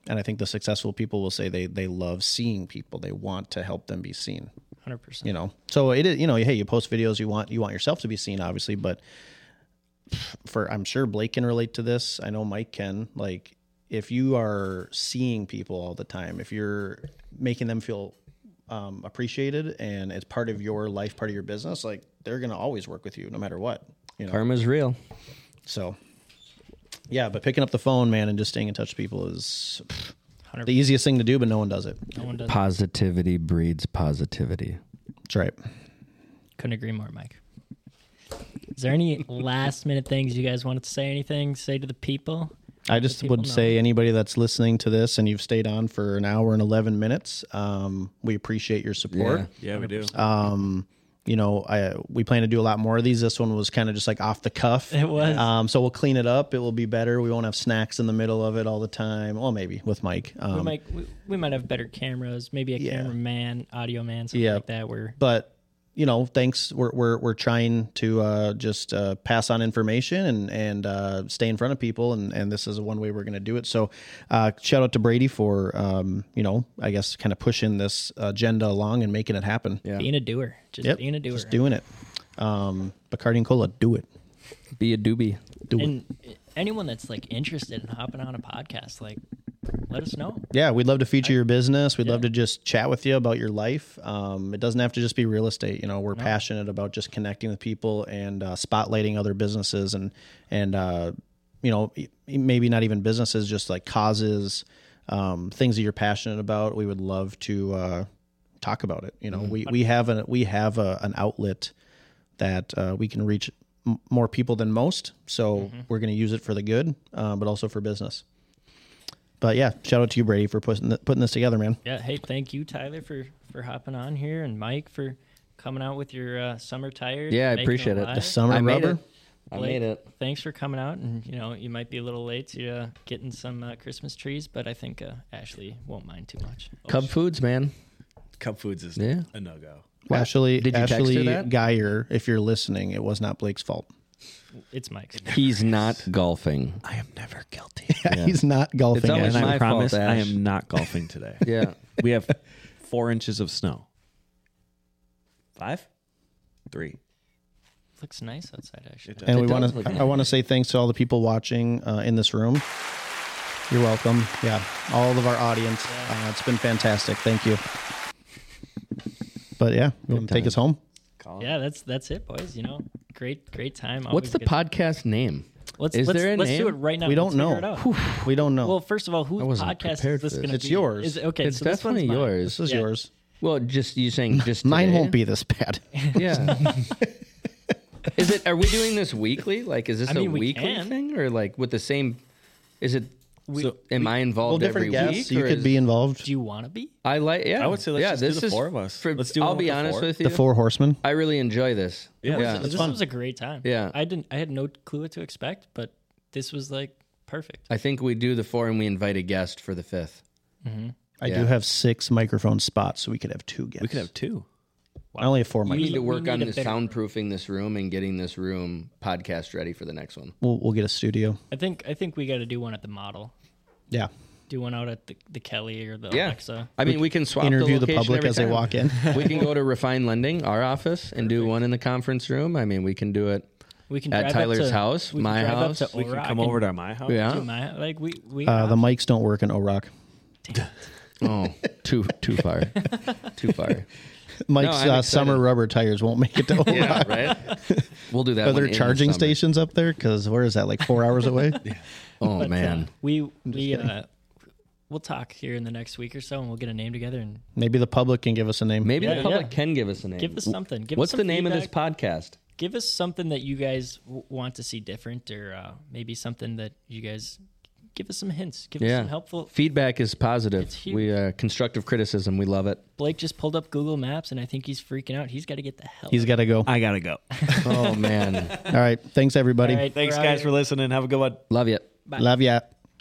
and I think the successful people will say they they love seeing people. They want to help them be seen.
hundred percent.
you know so it is you know hey you post videos you want you want yourself to be seen obviously but for i'm sure blake can relate to this i know mike can like if you are seeing people all the time if you're making them feel um, appreciated and it's part of your life part of your business like they're gonna always work with you no matter what you know
Karma's real.
so yeah but picking up the phone man and just staying in touch with people is the easiest thing to do but no one does it
No one does.
Positivity breeds positivity.
that's right
Couldn't agree more, Mike. Is there any last minute things you guys wanted to say? Anything say to the people?
I just
people
would
know.
say anybody that's listening to this and you've stayed on for an hour and 11 minutes, um, we appreciate your support. Um,
Yeah.
Yeah, we do.
You know, I, we plan to do a lot more of these. This one was kind of just like off the cuff.
It was.
Um, so we'll clean it up. It will be better. We won't have snacks in the middle of it all the time. Well, maybe with Mike.
we
Um,
might we, we might have better cameras, maybe a cameraman, audio man, something
Yeah.
like that. Where
but you know, thanks. We're we're we're trying to uh, just uh, pass on information and and uh, stay in front of people, and and this is one way we're going to do it. So, uh, shout out to Brady for um, you know, I guess kind of pushing this agenda along and making it happen. Yeah,
being a doer, just
yep,
being a doer,
just doing it. Um, Bacardi and cola, do it.
Be a doobie.
Do it.
And anyone that's like interested in hopping on a podcast, like, let us know.
Yeah, we'd love to feature your business. We'd love to just chat with you about your life. Um, it doesn't have to just be real estate. You know, we're passionate about just connecting with people and uh, spotlighting other businesses and and uh, you know e- maybe not even businesses, just like causes, um, things that you're passionate about. We would love to uh, talk about it. You know, we we have an we have a, an outlet that uh, we can reach m- more people than most. So we're going to use it for the good, uh, but also for business. But yeah, shout out to you, Brady, for putting th- putting this together, man.
Yeah. Hey, thank you, Tyler, for for hopping on here, and Mike for coming out with your uh, summer tires.
Yeah, I
making
appreciate it.
live.
The summer
I made
rubber.
it. I
Blake,
made it.
Thanks for coming out, and you know you might be a little late to uh, getting some uh, Christmas trees, but I think uh, Ashley won't mind too much. Oh,
Cub foods, man.
Cup Foods is
Yeah.
a no go.
Well, Ashley,
Did you text her
Ashley
that?
Geyer, if you're listening, it was not Blake's fault.
It's Mike's.
He's not golfing.
I am never guilty.
He's not golfing.
and
always
Ashley.
my
I
fault,
promise I
Ash.
am not golfing today.
Yeah.
We have four inches of snow. Five? Three.
Looks nice outside, actually.
and we
It
want
does look
to. I
nice.
want to say thanks to all the people watching uh, in this room. You're welcome. Yeah, all of our audience. Uh, it's been fantastic. Thank you. But yeah, you want to take us home?
Yeah, that's that's it, boys. You know, great great time.
What's
Always
the
good-
podcast name?
Let's
is
let's,
there a
let's do it
name?
right now.
We don't
Let's figure
know.
it out.
We don't know.
Well, first of all, whose
I wasn't
podcast
prepared
is
for
this
this.
going to be?
It's yours.
Is it- okay,
it's
so this one's
definitely
mine.
yours.
this is
yeah.
yours.
Well, just you saying just
Mine
today?
won't be this bad.
Yeah. is it? Are we doing this weekly? Like, is this
I mean,
a
we
weekly
can.
thing, or like with the same? Is it?
So-
am I
Well,
involved every
different guests.
week?
You
or
could
is-
be involved.
Do you want to be?
I like. Yeah,
I would say let's
yeah,
just do
this
the
is
four of us.
for-
Let's do
I'll
one with
be
the
honest
four.
with you.
The four horsemen.
I really enjoy this.
Yeah,
yeah.
let's-
This
fun.
was a great time.
Yeah.
I didn't. I had no clue what to expect, but this was like perfect.
I think we do the four and we invite a guest for the fifth.
I
Yeah.
do have six microphone spots, so we could have two guests.
We could have two.
I only have four
We
mics.
need to
we
work
need
on
a
the
better-
soundproofing this room and getting this room podcast ready for the next one.
We'll, we'll get a studio.
I think I think we got to do one at the model.
Yeah.
do one out at the, the Kelly or the
Yeah.
Alexa.
I mean, we can swap
interview the
the, location
public
every
as they
time.
walk in.
we can go to Refine Lending, our office, and do one in the conference room. I mean, we can do it.
We can
At
drive up
Tyler's
to,
house,
we can
my
drive
house.
Up to
We can
Orac
come
and
over to my house.
do
Yeah.
my like we we
Uh, the mics don't work in Orock.
Oh, too too far, too far.
Mike's
I'm
uh,
excited.
summer rubber tires won't make it to Orock.
Yeah, right. We'll do that.
Are
one
there
in the
charging
summer.
stations up there? Because where is that? Like four hours away?
Oh
but, uh,
man,
we we uh, we'll talk here in the next week or so, and we'll get a name together and
Maybe the public can give us a name.
maybe
yeah,
the public
yeah.
can give us a name.
Give us something. Give us
What's
some
the name of this podcast?
give us something that you guys w- want to see different, or uh, maybe something that you guys give us some hints, give us
Yeah,
some helpful.
feedback is positive.
It's huge.
We uh, constructive criticism. We love it.
Blake just pulled up Google Maps, and I think he's freaking out. He's got to get the hell.
He's got to go. All
I gotta go.
Oh man,
right. Thanks, everybody.
All right,
Thanks,
we're out
guys,
here.
for listening. Have a good one.
love you.
Bye.
Love ya.